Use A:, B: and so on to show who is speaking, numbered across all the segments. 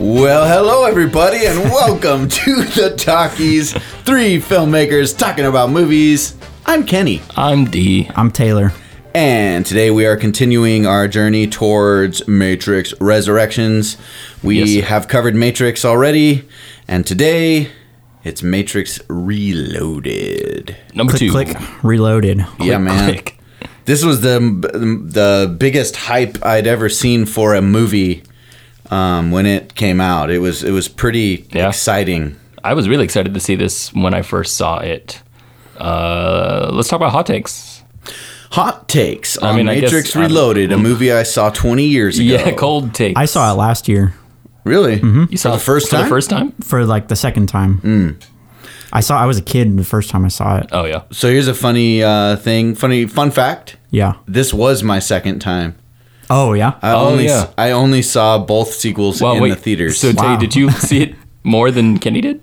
A: Well, hello everybody, and welcome to the Talkies. Three filmmakers talking about movies. I'm Kenny,
B: I'm D.
C: I'm Taylor.
A: and today we are continuing our journey towards Matrix Resurrections. We
B: Yes, sir.
A: have covered Matrix already, and today it's Matrix Reloaded.
B: Number
C: Click,
B: two.
C: click, reloaded.
A: yeah, man.
B: click.
A: This was the the biggest hype I'd ever seen for a movie um, when it came out. It was it was pretty
B: Yeah.
A: exciting.
B: I was really excited to see this when I first saw it. Uh, let's talk about hot takes.
A: Hot takes on
B: mean, I guess-
A: Matrix
B: I don't-
A: Reloaded, a movie I saw 20 years ago.
B: Yeah, cold takes.
C: I saw it last year
A: Really?
B: You saw
A: for the
B: it
A: first
B: for
A: time.
B: the first time?
C: for like the second time.
A: Mm.
C: I saw. I was a kid the first time I saw it.
B: Oh yeah.
A: So here's a funny uh, thing, funny fun fact.
C: Yeah.
A: This was my second time.
C: Oh yeah.
A: I
B: Oh,
A: only
B: yeah.
A: I only saw both sequels in the theaters.
B: So Tay,
C: Wow.
B: did you see it more than Kenny did?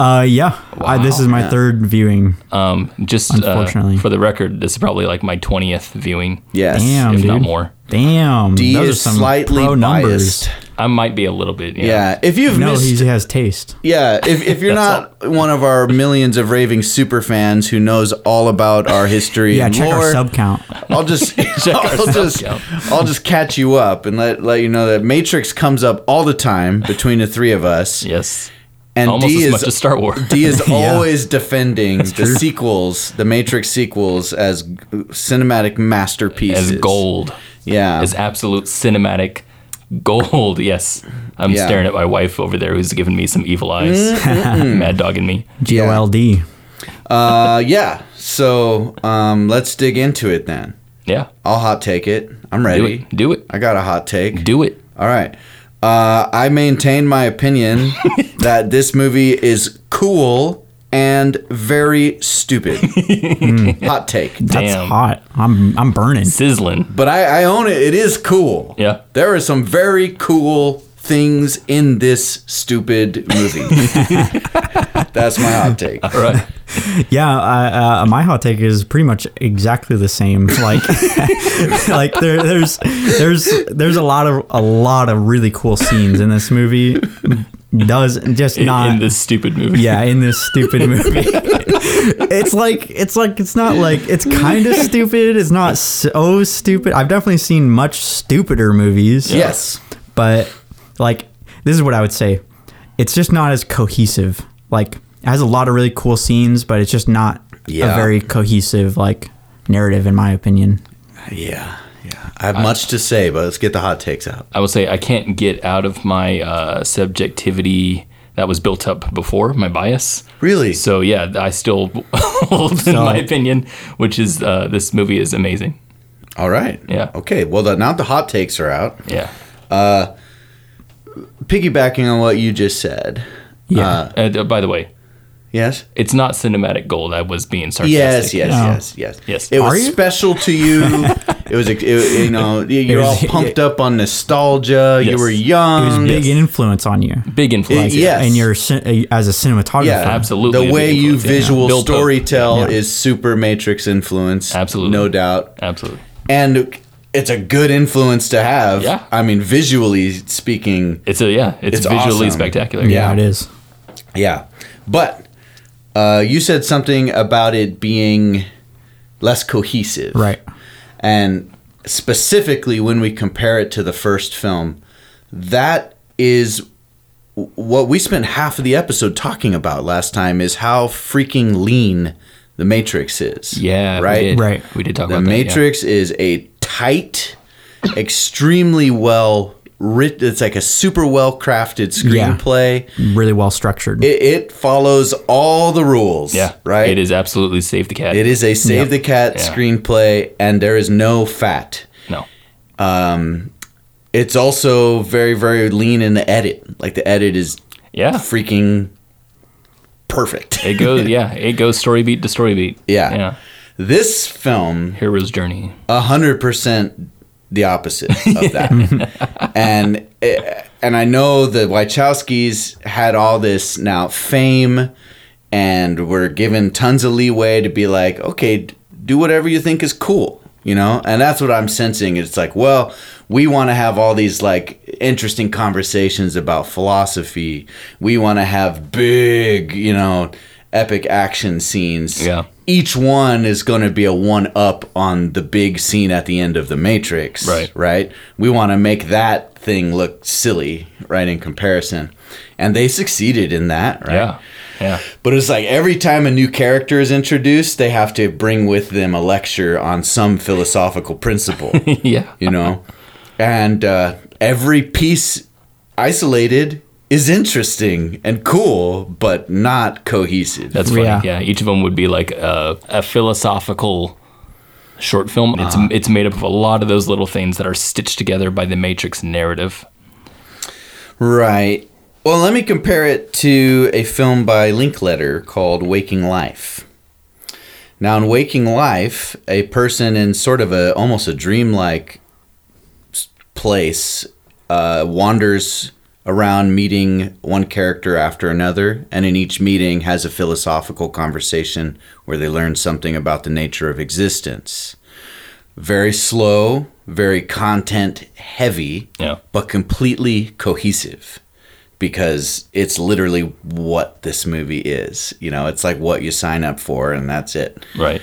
C: Uh yeah. I, this is my third viewing.
B: Um, just
C: Unfortunately.
B: uh, for the record, this is probably like my twentieth viewing.
A: yes.
C: Damn,
B: if
C: dude.
B: not more.
C: Damn.
A: D
C: those
A: is
C: are some
A: slightly
C: pro
A: biased.
C: numbers.
B: I might be a little bit.
A: Yeah. If you've
C: No,
A: missed
C: he's, he has taste.
A: Yeah, if, if you're
B: That's
A: not one of our millions of raving super fans who knows all about our history
C: Yeah.
A: and
C: Check
A: lore,
C: our sub count.
A: I'll just
B: our
A: I'll
B: sub
A: just
B: count.
A: I'll just catch you up and let let you know that Matrix comes up all the time between the three of us.
B: Yes.
A: And
B: Almost
A: D
B: as
A: is
B: much as Star Wars.
A: D is
C: Yeah.
A: always defending the sequels, the Matrix sequels as g- cinematic masterpieces.
B: as gold.
A: Yeah.
B: As absolute cinematic gold. Yes. I'm
A: Yeah.
B: staring at my wife over there who's giving me some evil eyes.
A: Mm-hmm.
B: Mad dogging me.
C: G O L D.
A: Uh, yeah. So, um, let's dig into it then.
B: Yeah.
A: I'll hot take it. I'm
B: Do
A: ready.
B: it. Do it.
A: I got a hot take.
B: Do it.
A: All right. Uh, I maintain my opinion that this movie is cool and very stupid. Hot take.
C: That's
B: Damn.
C: hot. I'm I'm burning.
B: Sizzling.
A: But I, I own it. It is cool.
B: Yeah.
A: There are some very cool things in this stupid movie. That's my hot take.
B: All right.
C: Yeah, uh, uh, my hot take is pretty much exactly the same. Like, like there, there's there's there's a lot of a lot of really cool scenes in this movie. Does just
B: In,
C: not
B: in this stupid movie.
C: yeah in this stupid movie. it's like it's like it's not like it's kind of stupid. It's not so stupid. I've definitely seen much stupider movies.
A: Yes.
C: but like this is what I would say. It's just not as cohesive. Like it has a lot of really cool scenes, but it's just not
A: Yeah.
C: a very cohesive like narrative in my opinion.
A: Yeah. Yeah. I have much to say, but let's get the hot takes out.
B: I will say I can't get out of my uh, subjectivity that was built up before my bias.
A: Really?
B: So yeah, I still hold in
C: So-
B: my opinion, which is uh, this movie is amazing.
A: All right.
B: Yeah.
A: Okay. Well, the, now the hot takes are out.
B: Yeah.
A: Piggybacking on what you just said.
C: Yeah.
A: Uh,
B: And, uh, by the way,
A: yes.
B: it's not cinematic gold. I was being sarcastic.
A: Yes, yes,
C: No.
A: yes, yes,
B: Yes.
A: It
C: Are
A: was
C: you?
A: special to you. it was, it, you know, you- you're all
C: was-
A: pumped up on nostalgia. You
B: Yes.
A: were
C: it was
A: young.
C: big influence on you.
B: Big influence.
A: It- Um, yes.
C: And your cin- as a cinematographer.
A: yeah,
B: Absolutely a
A: The
B: big
A: way you
B: influence, yeah.
A: visual
B: Bill Pope.
A: story tell
C: Yeah.
A: is super Matrix influence.
B: Absolutely.
A: no doubt.
B: Absolutely.
A: And it's a good influence to have.
B: Yeah.
A: I mean, visually speaking,
B: It's a yeah. It's,
A: It's
B: visually
A: awesome.
B: spectacular.
C: Yeah, it is.
A: yeah. But uh, you said something about it being less cohesive,
C: Right.
A: and specifically when we compare it to the first film that is w- what we spent half of the episode talking about last time is how freaking lean the matrix is
B: Yeah.
A: Right.
B: We did.
C: Right.
B: We did talk
A: the
B: about that, yeah.
A: matrix is a tight extremely well writ it's like a super well crafted
C: Yeah.
A: screenplay
C: Really well structured.
A: it, it follows all the rules
B: Yeah.
A: right
B: It is absolutely save the cat.
A: it is a save
C: Yep.
A: the cat
B: Yeah.
A: screenplay and there is no fat Um,
B: No.
A: it's also very very lean in the edit like the edit is
B: Yeah.
A: freaking perfect
B: It goes. Yeah. It goes story beat to story beat.
A: Yeah.
B: Yeah.
A: this film
B: Hero's journey.
A: 100% the opposite of that and and i know the wachowskis had all this now fame and were given tons of leeway to be like okay d- do whatever you think is cool you know and that's what i'm sensing it's like well we want to have all these like interesting conversations about philosophy. We want to have big, you know, epic action scenes.
B: Yeah.
A: Each one is going to be a one up on the big scene at the end of The Matrix.
B: Right.
A: Right. We want to make that thing look silly, right, in comparison. And they succeeded in that, right?
B: Yeah. Yeah.
A: But it's like every time a new character is introduced, they have to bring with them a lecture on some philosophical principle,
B: Yeah.
A: you know? And uh, every piece isolated is interesting and cool, but not cohesive.
B: That's funny.
C: Yeah.
B: Yeah. Each of them would be like a, a philosophical short film. It's
A: Uh-huh.
B: it's made up of a lot of those little things that are stitched together by the Matrix narrative.
A: right. Well, let me compare it to a film by Linkletter called Waking Life. Now, in Waking Life, a person in sort of a almost a dreamlike s- place uh, wanders around meeting one character after another, and in each meeting has a philosophical conversation where they learn something about the nature of existence. Very slow, very content heavy,
B: Yeah.
A: but completely cohesive because it's literally what this movie is. You know, it's like what you sign up for, and that's it.
B: Right.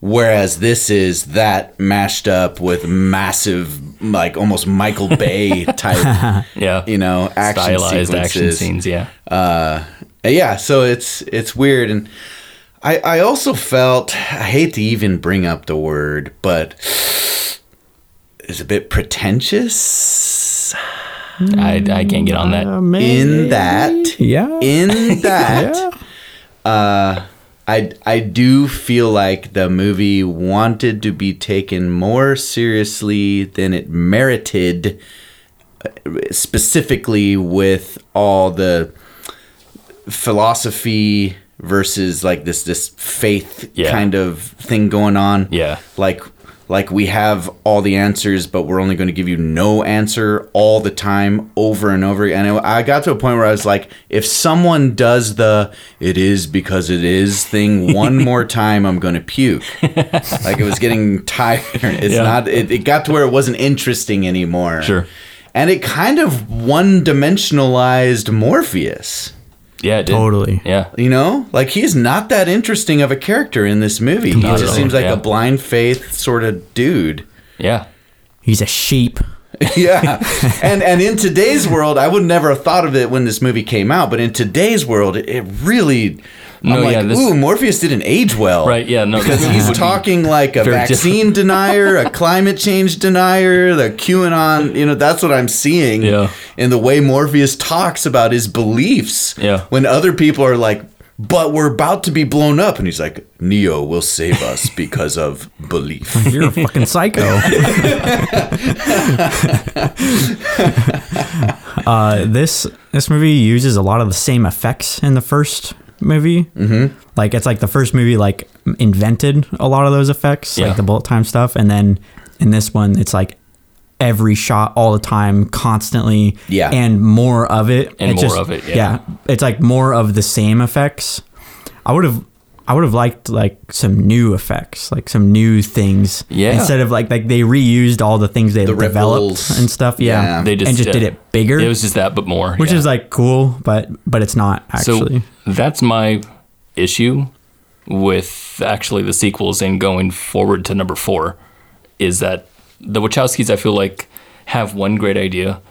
A: Whereas this is that mashed up with massive, like almost Michael Bay type,
B: Yeah.
A: you know, action
B: Stylized action
A: sequences. Uh,
B: scenes. Yeah.
A: Yeah, so it's it's weird, and I I also felt I hate to even bring up the word, but it's a bit pretentious
B: I, I can't get on
C: Um,
B: that.
A: in that
C: yeah.
A: in that. uh,
C: yeah.
A: I I do feel like the movie wanted to be taken more seriously than it merited, uh, specifically with all the philosophy versus like this this faith
B: Yeah.
A: kind of thing going on.
B: Yeah.
A: Like like we have all the answers, but we're only going to give you no answer all the time, over and over. again. And I I got to a point where I was like, if someone does the "it is because it is" thing one more time, I'm going to puke. like it was getting tired. It's
B: Yeah.
A: not. It, it got to where it wasn't interesting anymore.
B: Sure.
A: And it kind of one-dimensionalized Morpheus.
B: Yeah. It did.
C: Totally.
B: Yeah.
A: You know, like he's not that interesting of a character in this movie. He
B: at
A: just
B: all,
A: seems like
B: yeah.
A: a blind faith sort of dude.
B: Yeah.
C: He's a sheep.
A: yeah, and and in today's world, I would never have thought of it when this movie came out. But in today's world, it, it really,
B: No,
A: I'm like,
B: yeah, this-
A: ooh, Morpheus didn't age well,
B: Right. Yeah. No.
A: Because he's talking like a
B: very
A: vaccine denier, a climate change denier, the QAnon. You know, that's what I'm seeing
B: Yeah.
A: in the way Morpheus talks about his beliefs.
B: Yeah.
A: When other people are like, but we're about to be blown up. And he's like, Neo will save us because of belief.
C: You're a fucking psycho. uh, this this movie uses a lot of the same effects in the first movie. Mm-hmm. Like it's like the first movie like invented a lot of those effects,
B: Yeah.
C: like the bullet time stuff, and then in this one it's like every shot all the time, constantly,
A: Yeah.
C: and more of it,
B: And
C: It's
B: more of it, yeah.
C: it's like more of the same effects. I would have. I would have liked like some new effects, like some new things.
B: Yeah.
C: Instead of like like they reused all the things they
A: The
C: developed
A: ripples.
C: and stuff. Yeah.
A: Yeah.
B: They just
C: and just
B: uh,
C: did it bigger,
B: It was just that, but more.
C: which
B: yeah.
C: is like cool, but but it's not actually.
B: So that's my issue with actually the sequels and going forward to number four is that the Wachowskis, I feel like, have one great idea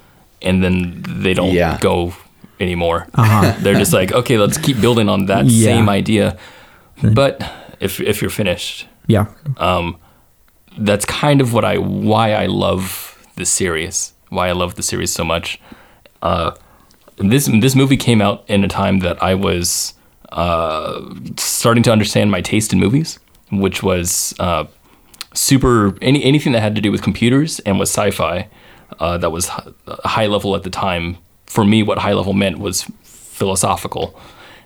B: and then they don't
A: Yeah.
B: go anymore. They're just like, okay, let's keep building on that
C: Uh-huh. Yeah.
B: same idea. But if, if you're finished,
C: yeah.
B: that's kind of what I why I love the series, why I love the series so much. Uh, this this movie came out in a time that I was uh, starting to understand my taste in movies, which was uh, super any anything that had to do with computers and was sci-fi uh, that was hi- high level at the time. For me, what high level meant was philosophical.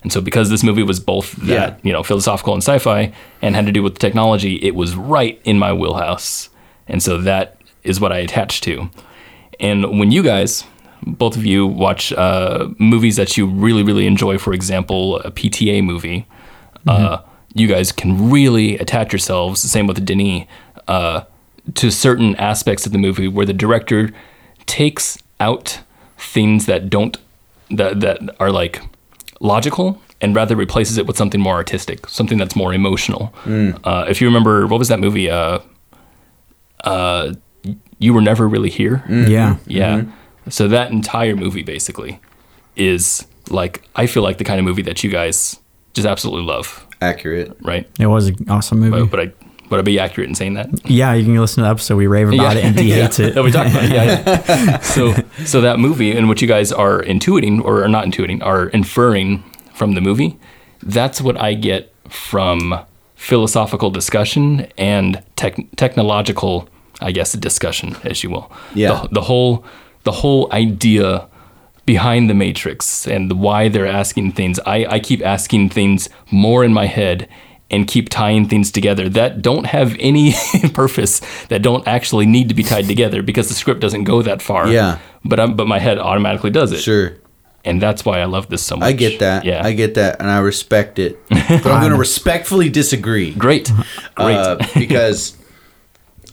B: And so, because this movie was both that,
A: Yeah.
B: you know, philosophical and sci-fi, and had to do with technology, it was right in my wheelhouse. And so that is what I attached to. And when you guys, both of you, watch uh, movies that you really, really enjoy, for example, a PTA movie, uh, you guys can really attach yourselves, same with Denis, uh, to certain aspects of the movie where the director takes out things that don't that that are like logical and rather replaces it with something more artistic, something that's more emotional. Uh, if you remember, what was that movie? Uh, uh, you were never really here.
C: Mm. Yeah.
B: Yeah. So that entire movie basically is like I feel like the kind of movie that you guys just absolutely love,
A: Accurate.
B: right?
C: It was an awesome movie.
B: But, but I would I be accurate in saying that?
C: yeah, you can listen to the episode we rave about it and he hates it.
B: That we talked about. it, Yeah. yeah. so so that movie and what you guys are intuiting or are not intuiting are inferring from the movie, that's what I get from philosophical discussion and tech, technological, I guess, discussion, as you will.
A: Yeah.
B: The, the whole the whole idea behind the matrix and why they're asking things. I, I keep asking things more in my head and keep tying things together that don't have any purpose that don't actually need to be tied together because the script doesn't go that far.
A: Yeah.
B: But I'm, but my head automatically does it.
A: Sure.
B: And that's why I love this so much.
A: I get that.
B: Yeah.
A: I get that, and I respect it. But I'm going to respectfully disagree.
B: Great. Great.
A: Uh, because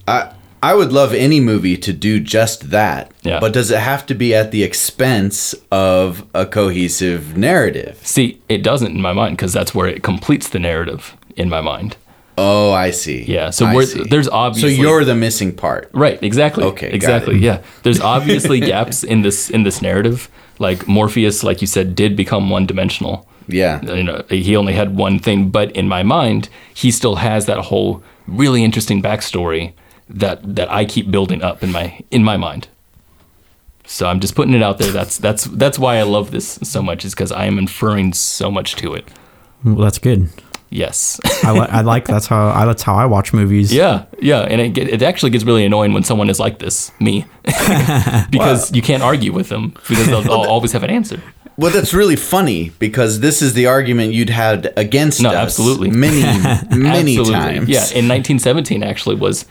A: I I would love any movie to do just that.
B: Yeah.
A: But does it have to be at the expense of a cohesive narrative?
B: See, it doesn't in my mind because that's where it completes the narrative in my mind.
A: Oh, I see.
B: Yeah. So
A: I
B: where,
A: see.
B: there's
A: so
B: obviously
A: you're the missing part.
B: Right, exactly.
A: Okay, got
B: exactly.
A: it.
B: Yeah. There's obviously gaps in this in this narrative. Like Morpheus, like you said, did become one dimensional.
A: Yeah.
B: You know, he only had one thing, but in my mind, he still has that whole really interesting backstory that that I keep building up in my in my mind. So I'm just putting it out there. That's that's that's why I love this so much is because I am inferring so much to it.
C: Well, that's good.
B: Yes.
C: I, li- I like that's how I that's how I watch movies.
B: Yeah, yeah, and it get, it actually gets really annoying when someone is like this, me, because you can't argue with them because they'll, they'll always have an answer.
A: Well, that's really funny because this is the argument you'd had against
B: No,
A: us
B: absolutely.
A: many, many
B: Absolutely.
A: times.
B: Yeah, in 1917 actually was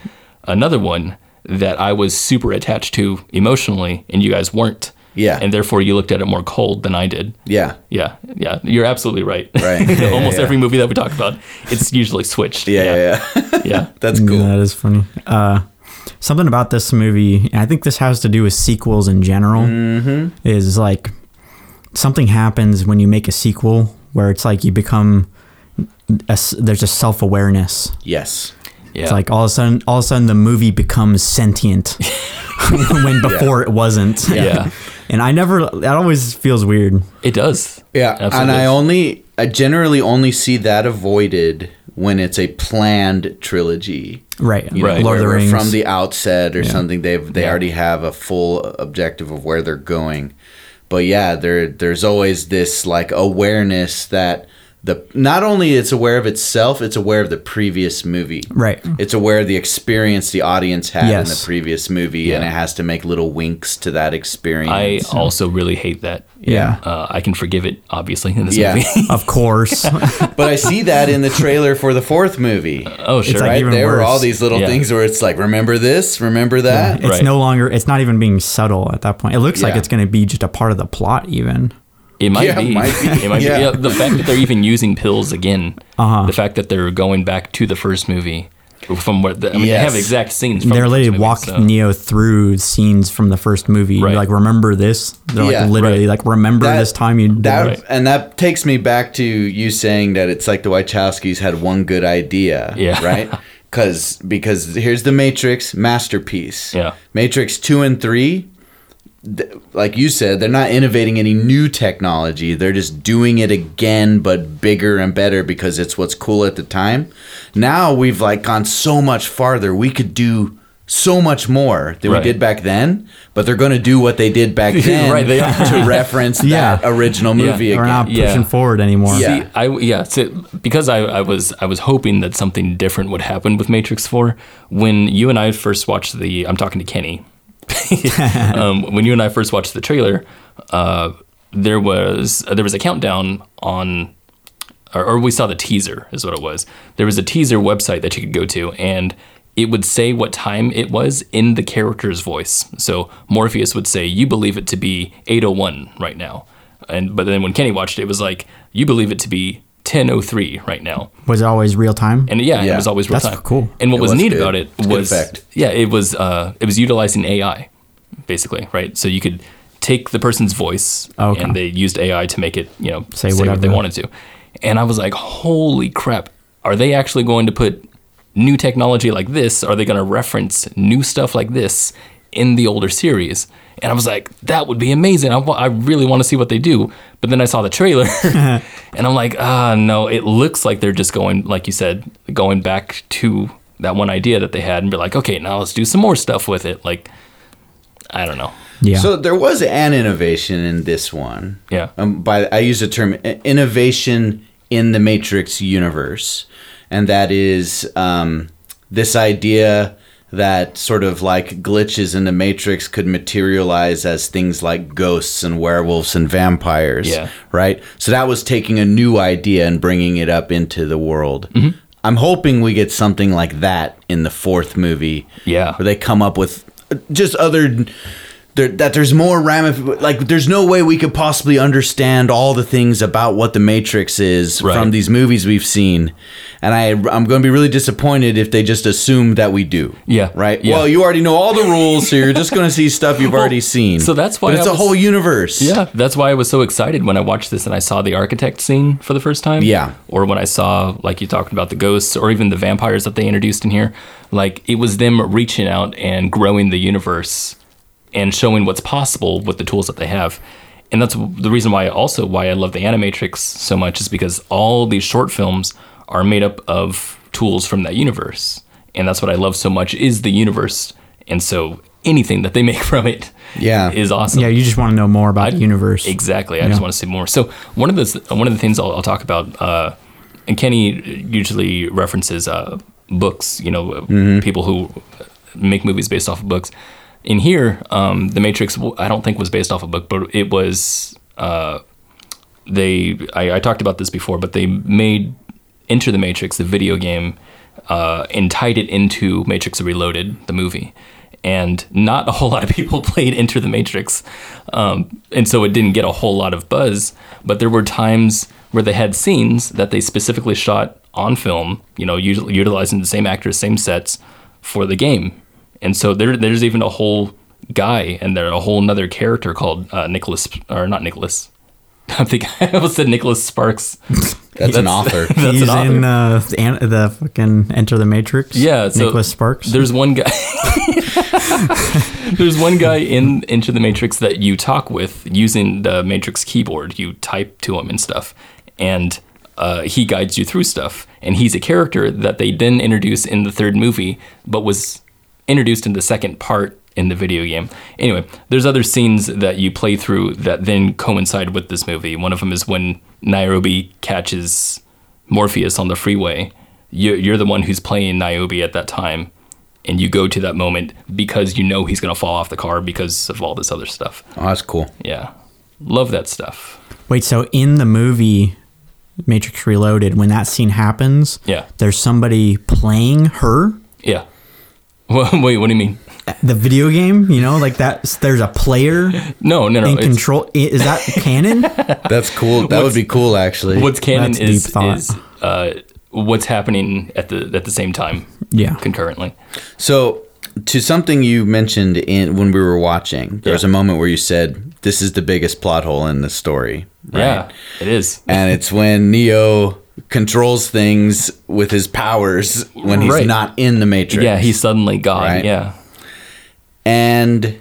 B: another one that I was super attached to emotionally, and you guys weren't.
A: Yeah.
B: and therefore you looked at it more cold than I did.
A: Yeah.
B: Yeah, yeah, you're absolutely right.
A: Right. Yeah,
B: Almost
A: yeah, yeah.
B: every movie that we talk about, it's usually switched.
A: Yeah. Yeah. yeah.
B: yeah. yeah.
A: that's
C: Yeah,
A: cool.
C: That is funny. Uh, something about this movie, and I think this has to do with sequels in general,
A: Mm-hmm.
C: is like something happens when you make a sequel where it's like you become a s there's a self awareness.
A: Yes.
B: yeah.
C: It's like all of a sudden, all of a sudden, the movie becomes sentient when before it wasn't.
B: Yeah.
C: and I never. That always feels weird.
B: it does.
A: Yeah,
B: Absolutely.
A: and I only I generally only see that avoided when it's a planned trilogy.
C: Right.
A: You know,
B: Right.
C: Lord of
A: where
C: the
A: we're
C: Rings.
A: from the outset or something they've they
B: Yeah.
A: already have a full objective of where they're going. But yeah, there there's always this like awareness that the not only it's aware of itself, it's aware of the previous movie.
C: right.
A: It's aware of the experience the audience had in
C: Yes.
A: the previous movie and it has to make little winks to that experience.
B: I also really hate that.
C: Yeah.
B: Uh, I can forgive it, obviously, in this
A: Yeah.
B: movie.
C: Of course.
A: but I see that in the trailer for the fourth movie.
B: oh, sure.
C: like
A: right?
C: even
A: there were all
C: worse.
A: these little
B: Yeah.
A: things where it's like, remember this, remember that.
C: It's
B: Right.
C: no longer. It's not even being subtle at that point. It looks like
A: Yeah.
C: it's going to be just a part of the plot, even.
B: It might
A: Yeah, it
B: be.
A: might be.
B: It might
A: Yeah.
B: be. Yeah, the fact that they're even using pills again.
C: Uh-huh.
B: The fact that they're going back to the first movie from what the, I mean, they have
A: Yes.
B: exact scenes. From
C: They're
B: the first
C: literally
B: movie,
C: walking
B: so-
C: Neo through scenes from the first movie.
B: Right.
C: You're like, remember this? They're
A: Yeah,
C: like literally like, remember
A: That-
C: this time you did
A: That
C: it?
A: and that takes me back to you saying that it's like the Wachowskis had one good idea,
B: Yeah.
A: right? Because because here's the Matrix masterpiece,
B: Yeah.
A: Matrix two and three, th- like you said, they're not innovating any new technology. They're just doing it again, but bigger and better because it's what's cool at the time. Now we've like gone so much farther. We could do so much more than
B: Right.
A: we did back then, but they're going to do what they did back then
B: Right, they are.
A: to reference
C: Yeah.
A: that original
B: Yeah.
A: movie
C: We're
A: again.
C: not
B: yeah.
C: pushing forward anymore.
A: Yeah.
B: See, I yeah, so because I, I was I was hoping that something different would happen with Matrix Four. When you and I first watched the, I'm talking to Kenny. um, when you and I first watched the trailer, uh, there was there was a countdown on, or, or we saw the teaser is what it was. There was a teaser website that you could go to and. It would say what time it was in the character's voice. So Morpheus would say, "You believe it to be 8:01 right now," and but then when Kenny watched it, it was like you believe it to be 10:03 right now,
C: Was it always real time?
B: and yeah, it
A: Yeah.
B: was always real
C: That's
B: time.
C: cool.
B: And what
A: It
B: was,
A: was
B: neat
A: good.
B: about it
A: It's good
B: was
A: fact.
B: yeah, it was uh, it was utilizing AI basically, right? So you could take the person's voice,
C: Okay.
B: and they used AI to make it, you know,
C: Say
B: say, what they
C: whatever.
B: wanted to. And I was like, holy crap, are they actually going to put new technology like this? Are they going to reference new stuff like this in the older series? And I was like, that would be amazing. I, wa- I really want to see what they do. But then I saw the trailer and I'm like, ah, no, it looks like they're just going, like you said, going back to that one idea that they had and be like, okay, now let's do some more stuff with it. Like, I don't know.
C: Yeah.
A: So there was an innovation in this one.
B: Yeah.
A: Um, by I use the term i- innovation in the Matrix universe, and that is um, this idea that sort of like glitches in the Matrix could materialize as things like ghosts and werewolves and vampires.
B: Yeah.
A: Right. So that was taking a new idea and bringing it up into the world.
B: Mm-hmm.
A: I'm hoping we get something like that in the fourth movie
B: Yeah.
A: where they come up with just other there, that there's more ramif like there's no way we could possibly understand all the things about what the matrix is
B: Right.
A: from these movies we've seen and i i'm going to be really disappointed if they just assume that we do
B: Yeah.
A: right
B: Yeah.
A: well you already know all the rules so you're just going to see stuff you've already seen
B: so that's why
A: but it's
B: I
A: a
B: was-
A: whole universe
B: Yeah, that's why I was so excited when I watched this and I saw the architect scene for the first time.
A: Yeah.
B: Or when I saw, like you talked about, the ghosts or even the vampires that they introduced in here. Like, it was them reaching out and growing the universe and showing what's possible with the tools that they have. And that's the reason why also why I love the Animatrix so much is because all these short films are made up of tools from that universe. And that's what I love so much is the universe. And so anything that they make from it
A: Yeah.
B: is awesome.
C: yeah, you just want to know more about the universe.
B: Exactly. I just want to see more. So one of the one of the things I'll, I'll talk about, uh, and Kenny usually references uh, books. You know, people who make movies based off of books. In here, um, The Matrix, w- I don't think was based off a book, but it was. Uh, they I, I talked about this before, but they made Enter the Matrix, the video game, uh, and tied it into Matrix Reloaded, the movie. And not a whole lot of people played Enter the Matrix, um, and so it didn't get a whole lot of buzz. But there were times where they had scenes that they specifically shot on film, you know, usually utilizing the same actors, same sets for the game. And so there, there's even a whole guy and there a whole another character called uh, Nicholas or not Nicholas, I think I almost said Nicholas Sparks.
A: that's, an author
B: That's
C: He's
B: an author.
C: in uh, the, an- the fucking Enter the Matrix.
B: yeah, so
C: Nicholas Sparks.
B: There's one guy. there's one guy in Into the Matrix that you talk with using the Matrix keyboard. You type to him and stuff, and uh, he guides you through stuff. And he's a character that they didn't introduce in the third movie, but was introduced in the second part in the video game. Anyway, there's other scenes that you play through that then coincide with this movie. One of them is when Nairobi catches Morpheus on the freeway. You're, you're the one who's playing Niobe at that time, and you go to that moment because you know he's going to fall off the car because of all this other stuff.
A: oh that's cool
B: Yeah. Love that stuff.
C: Wait, so in the movie Matrix Reloaded, when that scene happens,
B: Yeah.
C: there's somebody playing her.
B: Yeah. Well, wait, what do you mean?
C: The video game, you know, like that. There's a player
B: No, no, no.
C: in
B: it's-
C: control. i- Is that canon?
A: that's cool that would be cool actually
B: what's canon
C: That's deep
B: is,
C: thought.
B: is uh, what's happening at the at the same time
C: Yeah.
B: concurrently.
A: So, to something you mentioned in when we were watching, there was a
B: Yeah.
A: moment where you said, "This is the biggest plot hole in the story." Right?
B: Yeah, it is.
A: and it's when Neo controls things with his powers when he's
B: Right.
A: not in the Matrix.
B: Yeah, he's suddenly God.
A: Right.
B: Yeah.
A: and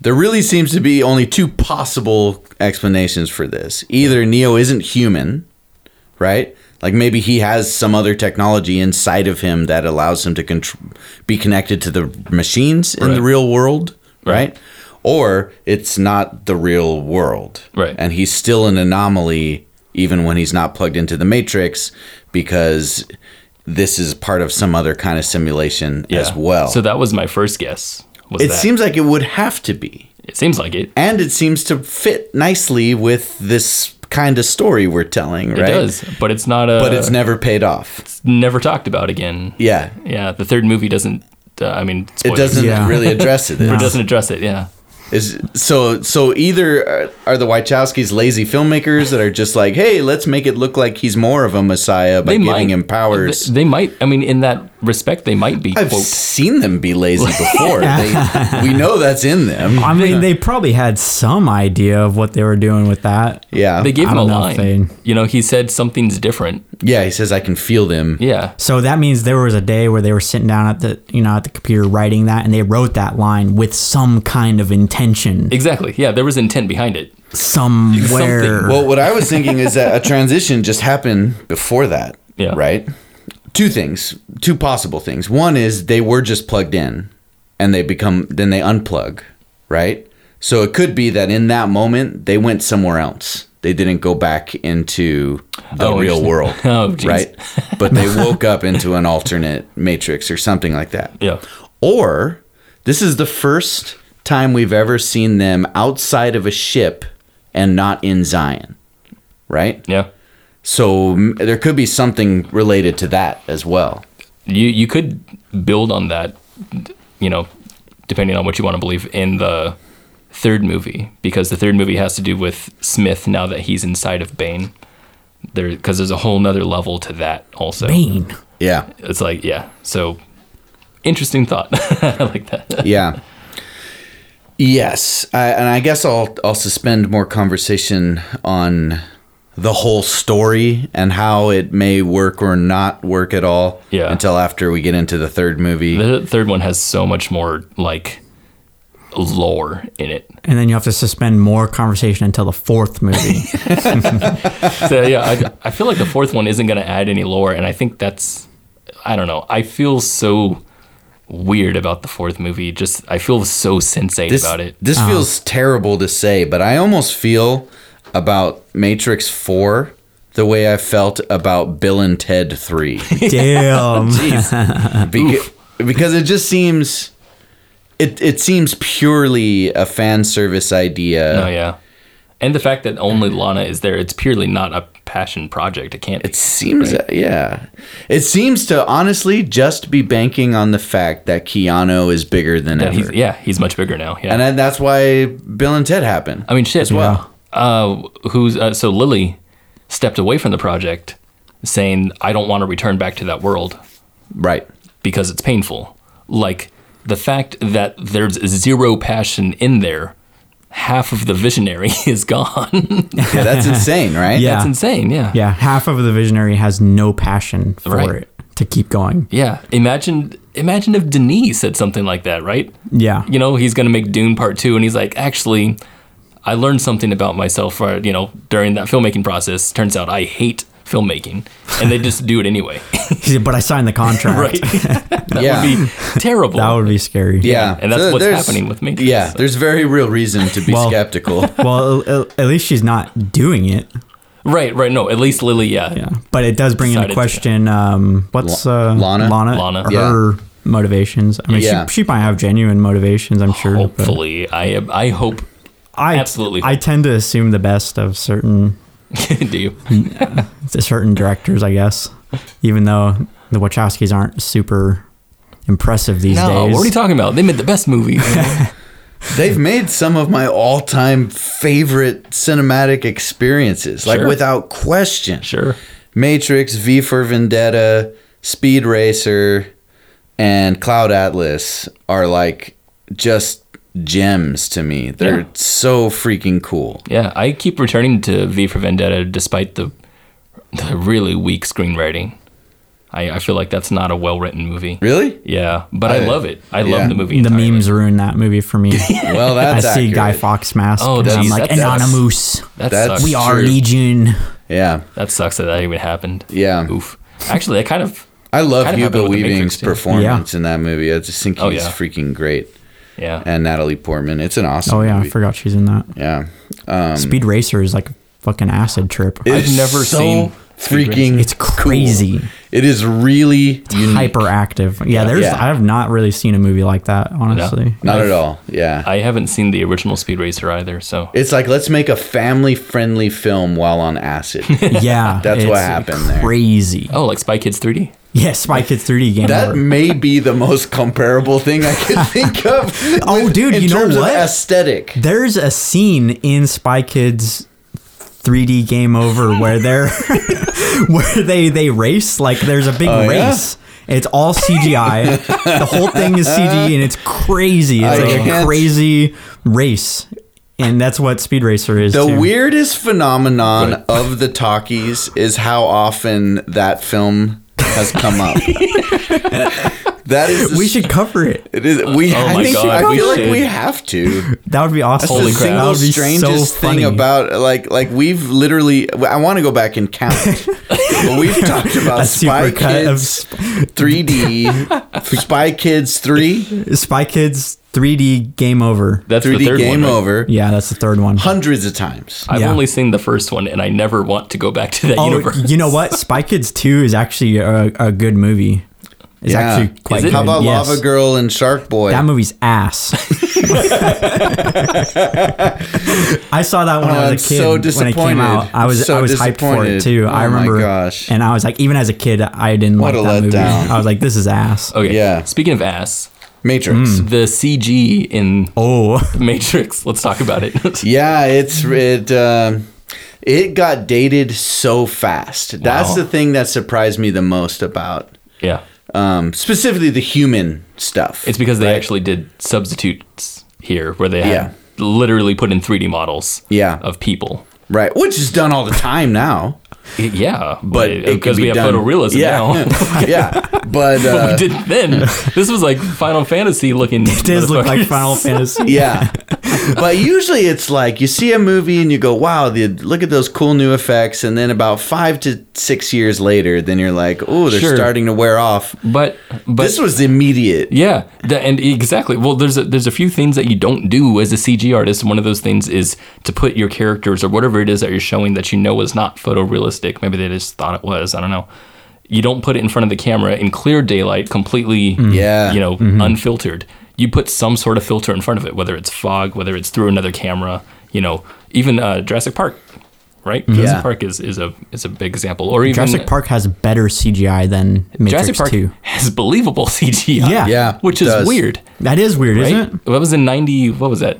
A: there really seems to be only two possible explanations for this. Either Neo isn't human, right? Like maybe he has some other technology inside of him that allows him to contr- be connected to the machines in the
B: Right.
A: real world, right?
B: Right.
A: Or it's not the real world.
B: Right.
A: And he's still an anomaly even when he's not plugged into the matrix because this is part of some other kind of simulation
B: yeah.
A: as well.
B: So that was my first guess. Was
A: it
B: that.
A: seems like it would have to be
B: it seems like it.
A: and it seems to fit nicely with this kind of story we're telling,
B: It
A: right?
B: does, Uh, but it's not a.
A: But it's never paid off.
B: never talked about again.
A: Yeah.
B: Yeah, the third movie doesn't. Uh, I mean,
A: It
B: spoilers.
A: doesn't
C: Yeah.
A: really address it.
B: It
A: It's-
B: doesn't address it. Yeah.
A: Is so so either are- are the Wachowskis lazy filmmakers that are just like, "Hey, let's make it look like he's more of a messiah by giving him powers."
B: They, they might. I mean, in that respect, they might be.
A: I've
B: quote,
A: seen them be lazy before. they, we know that's in them.
C: I mean, they probably had some idea of what they were doing with that.
A: Yeah.
B: they gave
C: I
B: him a
C: don't know if
B: line.
C: they-
B: You know, he said something's different.
A: yeah, he says I can feel them.
B: Yeah.
C: So that means there was a day where they were sitting down at the you know at the computer writing that, and they wrote that line with some kind of intention
B: Exactly. Yeah, there was intent behind it.
C: somewhere.
A: Well, what I was thinking is that a transition just happened before that.
B: Yeah.
A: Right? Two things, two possible things. One is they were just plugged in and they become, then they unplug, right? So it could be that in that moment, they went somewhere else. They didn't go back into the
B: Oh,
A: real
B: interesting.
A: world,
B: Oh, geez.
A: right? But they woke up into an alternate matrix or something like that.
B: Yeah.
A: Or this is the first time we've ever seen them outside of a ship and not in Zion, right?
B: Yeah.
A: So m- there could be something related to that as well.
B: You you could build on that, you know, depending on what you want to believe in the third movie because the third movie has to do with Smith now that he's inside of Bane. There because there's a whole nother level to that also.
C: Bane.
A: Yeah.
B: It's like yeah. So interesting thought. I like that.
A: Yeah. Yes, I, and I guess I'll I'll suspend more conversation on the whole story and how it may work or not work at all
B: Yeah.
A: until after we get into the third movie.
B: The third one has so much more like lore in it.
C: And then you have to suspend more conversation until the fourth movie.
B: So yeah, I, I feel like the fourth one isn't going to add any lore, and I think that's I don't know. I feel so weird about the fourth movie. Just I feel so sensate
A: this,
B: about it.
A: This feels terrible to say, but I almost feel about Matrix 4 the way I felt about Bill and Ted 3.
C: Damn.
A: Beca- because it just seems it it seems purely a fan service idea.
B: Oh yeah, and the fact that only Lana is there, it's purely not a passion project. It can't.
A: It seems yeah. It seems to honestly just be banking on the fact that Keanu is bigger than
B: yeah,
A: ever.
B: he's, yeah, he's much bigger now. Yeah,
A: And then that's why Bill and Ted happened.
B: I mean shit. As
A: well.
B: Uh, who's uh, so Lily stepped away from the project, saying I don't want to return back to that world.
A: right.
B: because it's painful. Like the fact that there's zero passion in there, half of the visionary is gone.
A: Yeah, that's insane, right?
C: Yeah.
B: That's insane. Yeah.
C: yeah, half of the visionary has no passion for
B: Right.
C: it to keep going.
B: Yeah. Imagine imagine if Denis said something like that, right?
C: Yeah.
B: You know, he's gonna make Dune part two and he's like, actually, I learned something about myself for you know, during that filmmaking process. Turns out I hate filmmaking. And they just do it anyway.
C: He said, but I signed the contract.
B: right. that
A: Yeah.
B: would be terrible.
C: That would be scary.
A: Yeah,
B: And that's what's
A: there's-
B: happening with Matrix.
A: Yeah, there's very real reason to be
C: Well-
A: skeptical.
C: Well, at at least she's not doing it.
B: right, right. No, at least Lily, yeah.
C: Yeah. But it does bring
B: Decided
C: into
B: to.
C: question um, what's
A: La-
C: uh,
A: Lana?
C: Lana,
B: Lana.
C: her motivations. I mean,
A: Yeah.
C: she, she might have genuine motivations, I'm sure. but
B: Hopefully, I am. I hope.
C: I,
B: absolutely.
C: I tend to assume the best of certain
B: do you?
C: to certain directors, I guess. Even though the Wachowskis aren't super impressive these
B: No,
C: days.
B: what are you talking about? They made the best movie.
A: They've made some of my all-time favorite cinematic experiences, like
B: Sure.
A: without question.
B: sure.
A: Matrix, V for Vendetta, Speed Racer, and Cloud Atlas are like just gems to me. They're
B: Yeah.
A: so freaking cool.
B: Yeah, I keep returning to V for Vendetta despite the the really weak screenwriting. I, I feel like that's not a well written movie.
A: Really?
B: Yeah, but
A: I-
B: I love it. I
A: yeah.
B: love the movie.
C: the
B: entirely.
C: memes ruined that movie for me.
A: Well,
C: I
A: that's
C: see Guy
A: accurate.
C: Fox mask.
B: Oh,
C: and I'm
B: geez,
C: like
B: that sucks.
C: Anonymous.
B: That
A: That's-
B: sucks.
C: We are
A: true.
C: Legion.
A: Yeah,
B: That sucks that that even happened.
A: Yeah.
B: Oof. Actually, I kind of.
A: I love
B: Kind of
A: Hugo
B: happened with The
A: Weaving's
B: Matrix, too.
A: performance in that movie. I just think he's
B: Oh, yeah.
A: freaking great.
B: Yeah.
A: And Natalie Portman, it's an awesome.
C: Oh yeah,
A: movie. Um,
C: I forgot she's in that.
A: yeah.
C: Speed Racer is like a fucking acid trip.
B: I've
A: It's
B: never
A: so
B: seen Speed
A: freaking.
C: It's crazy.
A: cool. It is really unique.
C: Hyperactive. Yeah, there's
A: Yeah.
C: I have not really seen a movie like that, honestly.
A: Not at all. Yeah.
B: I haven't seen the original Speed Racer either, so.
A: it's like let's make a family-friendly film while on acid.
C: Yeah.
A: That's what
C: it's
A: happened there.
C: Crazy.
B: Oh, like Spy Kids 3D?
C: Yeah, Spy Kids 3D game.
A: that
C: over.
A: may be the most comparable thing I could think of.
C: Oh,
A: with-
C: dude,
A: in
C: you know
A: terms
C: what?
A: Of aesthetic.
C: There's a scene in Spy Kids 3D Game Over where they're where they they race like there's a big
A: Oh, yeah?
C: race It's all CGI. the whole thing is CG, and it's crazy. It's
A: I
C: like a
A: can't-
C: crazy race, and that's what Speed Racer is.
A: The
C: too.
A: weirdest phenomenon
B: Right.
A: of the talkies is how often that film has come up. that is,
C: We should Oh cover it.
A: It is, we. I,
B: my
A: think-
B: God,
A: I
B: we
A: feel like
B: should.
A: we have to.
C: That would be awesome.
A: That's
B: Holy
A: the
B: crap.
A: single
C: That would be
A: strangest
C: so
A: thing
C: funny.
A: about like like we've literally. I want to go back and count, but we've talked about
C: A
A: Spy
C: supercut of
A: Kids 3D, Spy Kids 3,
C: Spy Kids 3D Game Over.
B: That's the
A: 3D
B: third
A: Game
B: one. right?
A: Over,
C: Yeah, that's the third one.
A: hundreds of times.
B: I've
C: Yeah.
B: only seen the first one, and I never want to go back to that
C: Oh,
B: universe.
C: you know what? Spy Kids 2 is actually a, a good movie. It's actually quite
B: Is it?
C: good.
A: How about
C: yes.
A: Lava Girl and Shark Boy?
C: That movie's ass. I saw that when
A: Oh,
C: I
A: I'm
C: was a kid.
A: so
C: When it
A: disappointed.
C: came out, I was
A: So
C: I was hyped for
A: disappointed.
C: it too. I
A: Oh my
C: remember,
A: gosh.
C: and I was like, even as a kid, I didn't
A: What
C: like
A: a
C: that movie.
A: letdown.
C: I was like, this is ass.
B: Okay.
A: Yeah.
B: Speaking of ass,
A: Matrix.
C: Mm.
B: the CG in
C: Oh,
B: Matrix. Let's talk about it.
A: Yeah, it's it. Um, it got dated so fast. That's
B: Wow.
A: the thing that surprised me the most about,
B: yeah.
A: um, specifically the human stuff.
B: It's because they
A: right?
B: actually did substitutes here, where they had
A: Yeah.
B: literally put in 3D models.
A: Yeah.
B: Of people.
A: right, which is done all the time now.
B: Y- Yeah,
A: But it could
B: because
A: be
B: we have
A: done.
B: photorealism
A: yeah.
B: now.
A: yeah, but, uh,
B: we did then. This was like Final Fantasy looking.
C: it does look like
B: motherfuckers.
C: Final Fantasy.
A: yeah. But usually it's like you see a movie and you go, "Wow, the, look at those cool new effects," and then about five to six years later, then you're like, "Oh, they're
B: Sure.
A: starting to wear off."
B: But but
A: This was immediate.
B: Yeah, that, and exactly. Well, there's a, there's a few things that you don't do as a CG artist. One of those things is to put your characters or whatever it is that you're showing that you know is not photorealistic. Maybe they just thought it was. I don't know. You don't put it in front of the camera in clear daylight, completely,
C: Mm-hmm.
A: Yeah.
B: you know, unfiltered. You put some sort of filter in front of it, whether it's fog, whether it's through another camera. You know, even uh, Jurassic Park, right? Jurassic Park is, is a is a big example, or even
C: Mm-hmm. Jurassic Park has better CGI than Matrix
B: Jurassic Park
C: 2.
B: has believable CGI.
C: Yeah.
A: Yeah,
B: which
A: it
B: is
A: does.
B: weird
C: That is weird,
B: right?
C: isn't it?
B: That was in 90, what was that?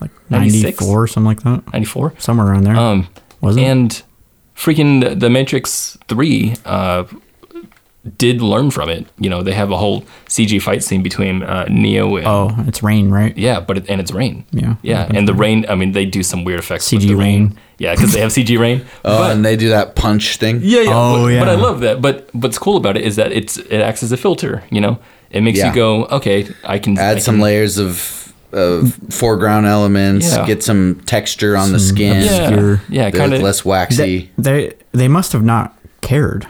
C: Like
B: 96?
C: 94 or something like that.
B: 94?
C: Somewhere around there.
B: Um,
C: Wasn't it?
B: and freaking The- The Matrix 3 uh, did learn from it. You know, they have a whole CG fight scene between uh, Neo and.
C: Oh, it's rain, right?
B: Yeah, but it, and it's rain.
C: Yeah.
B: yeah, and the rain. I mean, they do some weird effects. with
C: CG
B: the
C: rain.
B: Yeah, because they have CG rain.
A: Oh,
B: but-
A: and they do that punch thing.
B: Yeah, yeah.
C: Oh,
B: but,
C: yeah.
B: But I love that. But what's cool about it is that it's it acts as a filter. You know, it makes
A: Yeah.
B: you go, okay, I can I
A: add some
B: can-
A: layers of of foreground elements,
B: Yeah.
A: get some texture on the skin,
B: Yeah,
C: obscure-
B: yeah,
A: They're
B: kind of.
A: less waxy.
C: They, they they must have not cared,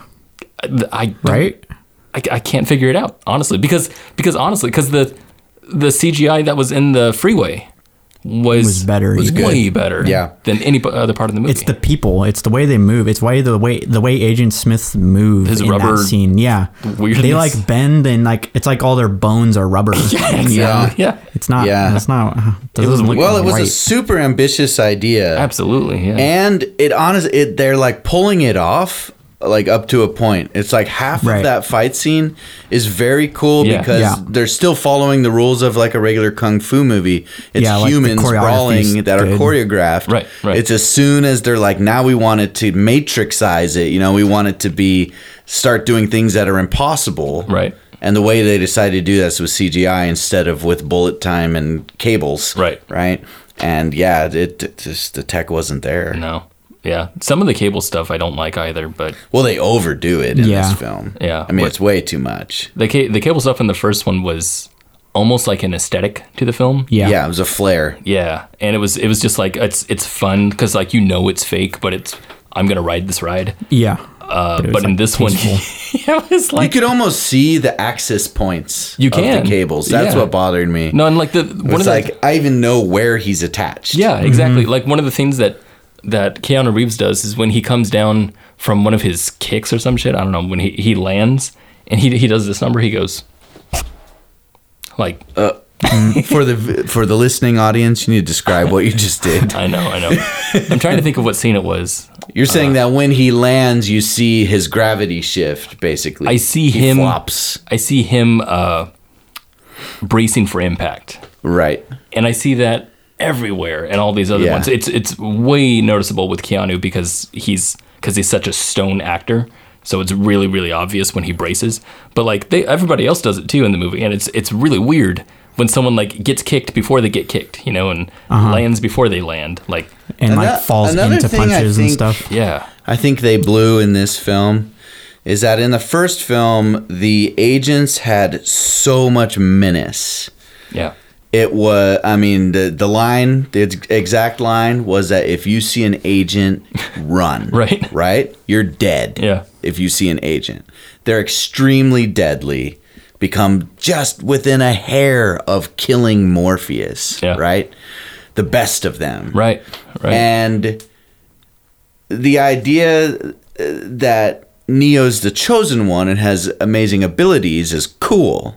B: I
C: right?
B: I, I can't figure it out honestly because because honestly because the the CGI that was in the freeway was
C: Was better,
B: was
C: yeah.
B: way better
A: Yeah.
B: than any p- other part of the movie.
C: It's the people. It's the way they move. It's why the way the way Agent Smith moves
B: His
C: in
B: rubber
C: that scene. Yeah,
B: weirdness.
C: they like bend and like it's like all their bones are rubber.
B: yeah, yeah,
C: It's not.
A: Yeah.
C: Yeah, it's not. uh, It
B: was-
C: doesn't look
A: Well, it was a
C: right.
A: super ambitious idea,
B: absolutely, yeah.
A: and it honestly, it, they're like pulling it off, like up to a point. It's like half of
C: Right.
A: that fight scene is very cool
B: Yeah.
A: because
C: Yeah.
A: they're still following the rules of like a regular kung fu movie. It's
C: Yeah, like the
A: humans
C: choreography's
A: brawling that are
C: good.
A: choreographed.
B: Right, right.
A: It's as soon as they're like, now we want it to matrixize it. You know, we want it to be start doing things that are impossible.
B: Right.
A: And the way they decided to do this was CGI instead of with bullet time and cables.
B: Right.
A: Right. And yeah, it, it just the tech wasn't there.
B: no, yeah. Some of the cable stuff I don't like either, but
A: Well, they overdo it in
C: Yeah.
A: this film.
B: Yeah.
A: I mean,
B: What-
A: it's way too much.
B: the ca- the cable stuff in the first one was almost like an aesthetic to the film.
A: Yeah.
C: yeah.
A: it was a flare.
B: Yeah, and it was it was just like it's it's fun because like you know it's fake, but it's I'm gonna ride this ride.
C: yeah.
B: Uh,
C: it
B: but
C: was,
B: in
C: like,
B: this one, it was
A: You
B: like
A: could almost see the access points.
B: You
A: of
B: can.
A: the cables. That's
B: Yeah.
A: what bothered me.
B: no, and like the
A: it's
B: one of the
A: like Mm-hmm. I even know where he's attached.
B: Yeah, exactly. Like one of the things that that Keanu Reeves does is when he comes down from one of his kicks or some shit. I don't know when he, he lands and he he does this number. He goes like
A: for the for the listening audience, you need to describe what you just did.
B: I know I know. I'm trying to think of what scene it was.
A: You're saying that when he lands, you see his gravity shift. Basically,
B: I see
A: He
B: him-
A: flops.
B: I see him uh, bracing for impact,
A: Right.
B: and I see that everywhere and all these other
A: Yeah.
B: ones. It's it's way noticeable with Keanu because he's because he's such a stone actor. So it's really really obvious when he braces, but like they everybody else does it too in the movie, and it's it's really weird when someone like gets kicked before they get kicked, you know, and
C: Uh-huh.
B: lands before they land. Like
C: and
A: Ano-
C: like falls
A: another
C: into
A: thing I
C: punches and
A: think-
C: stuff.
B: yeah,
A: I think they blew in this film is that in the first film, the agents had so much menace.
B: yeah,
A: It was, I mean, the, the line, the ex- exact line was that if you see an agent, run.
B: Right.
A: Right? You're dead.
B: Yeah.
A: If you see an agent, they're extremely deadly, become just within a hair of killing Morpheus.
B: Yeah.
A: Right? The best of them.
B: right, right,
C: Eh.
A: And the idea uh, that Neo's the chosen one and has amazing abilities is cool,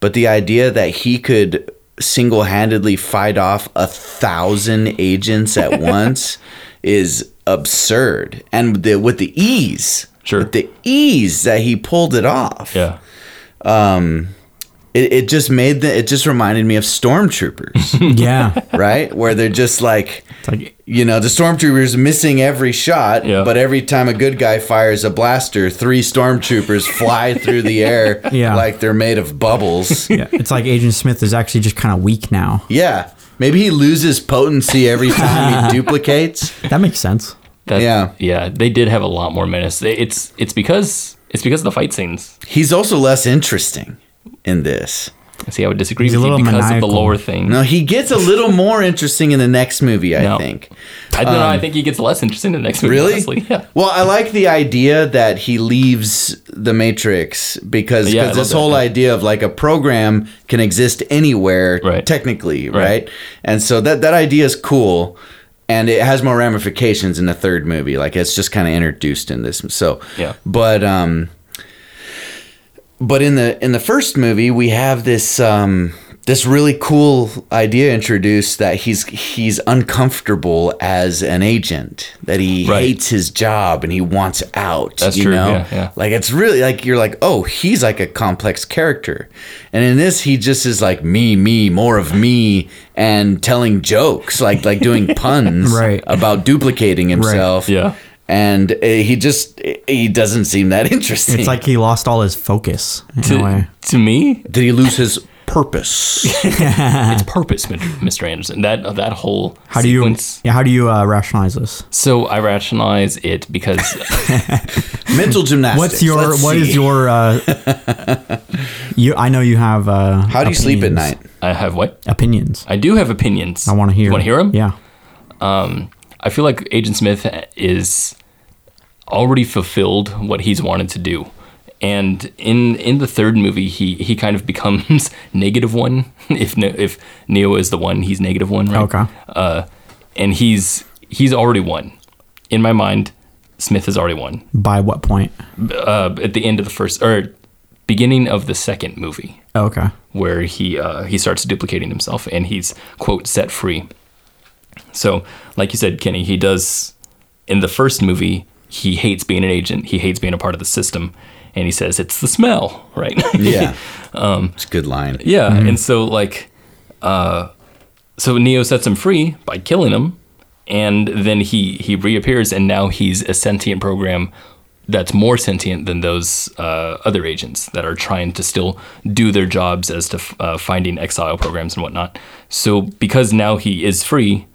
A: but the idea that he could single handedly fight off a thousand agents at once is absurd. And the, with the ease,
B: Sure.
A: with the ease that he pulled it off,
B: yeah,
A: it, it just made the, it just reminded me of stormtroopers,
C: Yeah,
A: right? Where they're just like,
C: it's like
A: you know, the stormtroopers missing every shot,
B: Yeah.
A: but every time a good guy fires a blaster, three stormtroopers fly through the air
C: Yeah.
A: like they're made of bubbles.
C: yeah, it's like Agent Smith is actually just kind of weak now.
A: yeah. Maybe he loses potency every time he duplicates.
C: That makes sense.
B: That-
A: Yeah.
B: yeah. They did have a lot more menace. They, it's it's because it's because of the fight scenes.
A: He's also less interesting in this.
B: See, I would disagree
C: He's a
B: with you
C: little
B: because
C: maniacal.
B: of the lore thing.
A: No, he gets a little more interesting in the next movie, I
B: No.
A: think.
B: I don't
C: Um,
B: know. I think he gets less interested in the next movie.
A: Really?
B: honestly. Yeah.
A: Well, I like the idea that he leaves the Matrix because
B: Yeah, I
A: 'cause
B: love
A: this
B: that,
A: whole
B: yeah.
A: idea of like a program can exist anywhere
B: Right.
A: technically, right.
B: Right.
A: And so that that idea is cool and it has more ramifications in the third movie. Like it's just kind of introduced in this. So
B: Yeah.
A: But um but in the in the first movie we have this um this really cool idea introduced that he's he's uncomfortable as an agent that he
B: Right.
A: hates his job and he wants out
B: That's
A: you
B: true,
A: know
B: yeah, yeah.
A: like it's really like you're like oh he's like a complex character and in this he just is like me me more of me and telling jokes like like doing puns
C: Right.
A: about duplicating himself
B: yeah.
A: and uh, he just he doesn't seem that interesting
C: It's like he lost all his focus in a way.
B: To, to me,
A: did he lose his purpose
B: it's purpose, Mr. Mr. Anderson. That that whole
C: Uh. How do you?
B: sequence.
C: Yeah, how do you uh, rationalize this?
B: So I rationalize it because
A: mental gymnastics
C: What's your? What
A: Let's
C: is
A: see.
C: your? Uh, you. I know you have. Uh,
A: how do you sleep at
C: opinions.
A: night
B: I have what
C: Opinions.
B: I do have opinions.
C: I want to hear.
B: You want to hear them?
C: Yeah.
B: I feel like Agent Smith is already fulfilled what he's wanted to do. And in in the third movie, he he kind of becomes negative one. If ne- if Neo is the one, he's negative one, right?
C: Okay.
B: Uh, and he's he's already won. In my mind, Smith has already won.
C: By what point?
B: Uh, at the end of the first or beginning of the second movie,
C: Oh, okay.
B: where he uh, he starts duplicating himself and he's quote set free. So, like you said, Kenny, he does in the first movie. He hates being an agent. He hates being a part of the system, and he says it's the smell, right?
A: yeah it's a good line
B: Um, yeah. And so, like, uh, so Neo sets him free by killing him, and then he he reappears, and now he's a sentient program that's more sentient than those uh, other agents that are trying to still do their jobs as to uh, finding exile programs and whatnot. So because now he is free,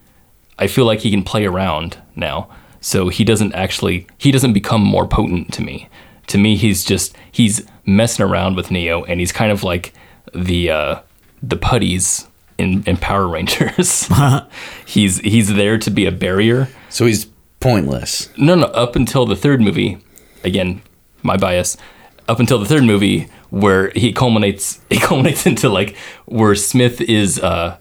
B: I feel like he can play around now. So he doesn't actually he doesn't become more potent to me. To me, he's just he's messing around with Neo, and he's kind of like the uh, the putties in, in Power Rangers. he's he's there to be a barrier.
A: so he's pointless
B: No, no. Up until the third movie, again, my bias. Up until the third movie, where he culminates, it culminates into like where Smith is uh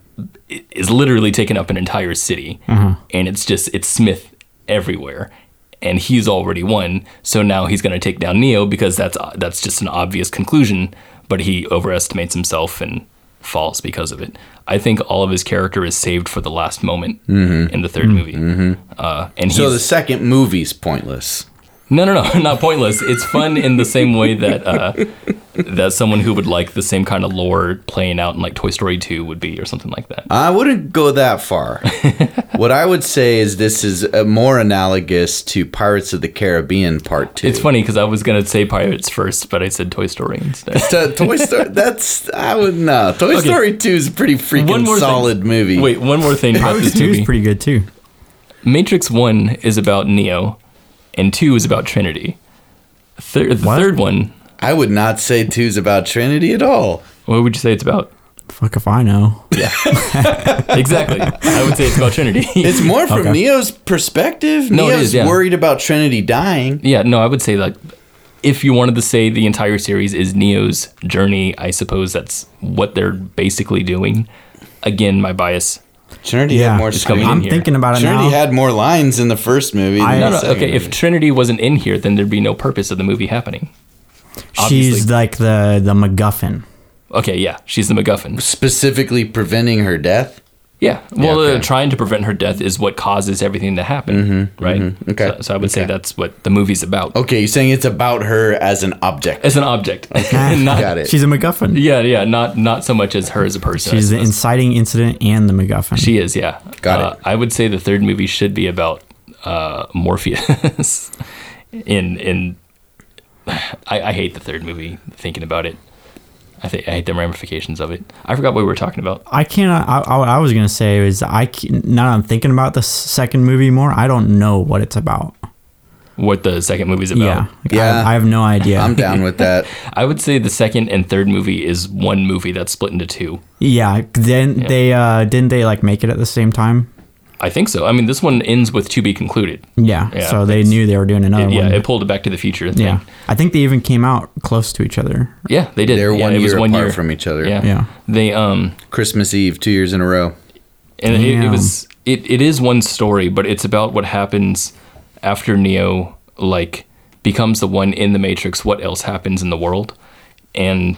B: is literally taking up an entire city,
A: Mm-hmm.
B: and it's just it's Smith everywhere, and he's already won. So now he's gonna take down Neo because that's that's just an obvious conclusion. But he overestimates himself and falls because of it. I think all of his character is saved for the last moment in the 3rd movie, uh,
A: Mm-hmm.
B: and
A: So
B: he's,
A: the second movie's pointless.
B: no, no, no, not pointless. It's fun in the same way that uh, that someone who would like the same kind of lore playing out in like Toy Story 2 would be or something like that.
A: I wouldn't go that far. what I would say is this is uh more analogous to Pirates of the Caribbean Part Two.
B: It's funny because I was gonna say Pirates first, but I said Toy Story instead.
A: To- Toy Story. That's I would no. Toy Story Two is a pretty
B: One
A: freaking
B: more thing.
A: solid movie.
B: Wait, one more thing about this
C: Two's
B: movie.
C: pretty good too.
B: Matrix One is about Neo, and Two is about Trinity. Thir- the
C: What?
B: third one,
A: I would not say two's about Trinity at all.
B: what would you say it's about?
C: Fuck if I know.
B: Exactly, I would say it's about Trinity.
A: It's more from
C: Okay.
A: Neo's perspective.
B: No, it
A: Neo's
B: is, yeah.
A: worried about Trinity dying.
B: yeah, no, I would say like if you wanted to say the entire series is Neo's journey, I suppose that's what they're basically doing. Again, my bias.
A: Trinity
C: Yeah,
A: had more
C: it's
B: coming
A: screen.
C: I'm
B: here.
C: thinking about it
A: Trinity
C: now.
A: had more lines in the first movie. Than
C: I-
A: the
B: No, no,
A: second
B: okay. If
A: movie.
B: Trinity wasn't in here, then there'd be no purpose of the movie happening.
C: She's
B: obviously-
C: like the the MacGuffin.
B: Okay, yeah, she's the MacGuffin.
A: specifically preventing her death.
B: Yeah. Well,
A: okay.
B: uh, trying to prevent her death is what causes everything to happen, right?
A: okay,
B: So, so I would say
A: okay.
B: that's what the movie's about.
A: Okay, you're saying it's about her as an object.
B: As an object, not,
A: Got it.
C: She's a MacGuffin.
B: Yeah, yeah, not not so much as her as a person. I
C: She's the
B: suppose.
C: inciting incident and the MacGuffin.
B: she is, yeah.
A: Got
B: Uh,
A: it.
B: I would say the third movie should be about uh, Morpheus. in in, I, I hate the third movie. Thinking about it, I think I hate the ramifications of it. I forgot what we were talking about.
C: I cannot. I, I, what I was gonna say is I can, now that I'm thinking about the s- second movie more. I don't know what it's about.
B: What the second movie's about?
C: Yeah, Like, I-
A: Yeah.
C: I, have no idea.
A: I'm down with that.
B: I would say the second and third movie is one movie that's split into two.
C: yeah, then they uh didn't they like make it at the same time?
B: I think so. I mean, this one ends with to be concluded.
C: Yeah,
B: Yeah,
C: so they
B: it's-
C: knew they were doing another
B: It- yeah,
C: one.
B: it pulled it back to the future. Thing.
C: yeah, I think they even came out close to each other.
B: yeah, they did.
A: They're
B: yeah,
A: one
B: it
A: year
B: was one
A: apart
B: year
A: from each other.
B: Yeah,
C: Yeah.
B: They um,
A: Christmas Eve, two years in a row.
B: and it, it
C: Damn.
B: was it, it is one story, but it's about what happens after Neo like becomes the one in the Matrix. What else happens in the world? And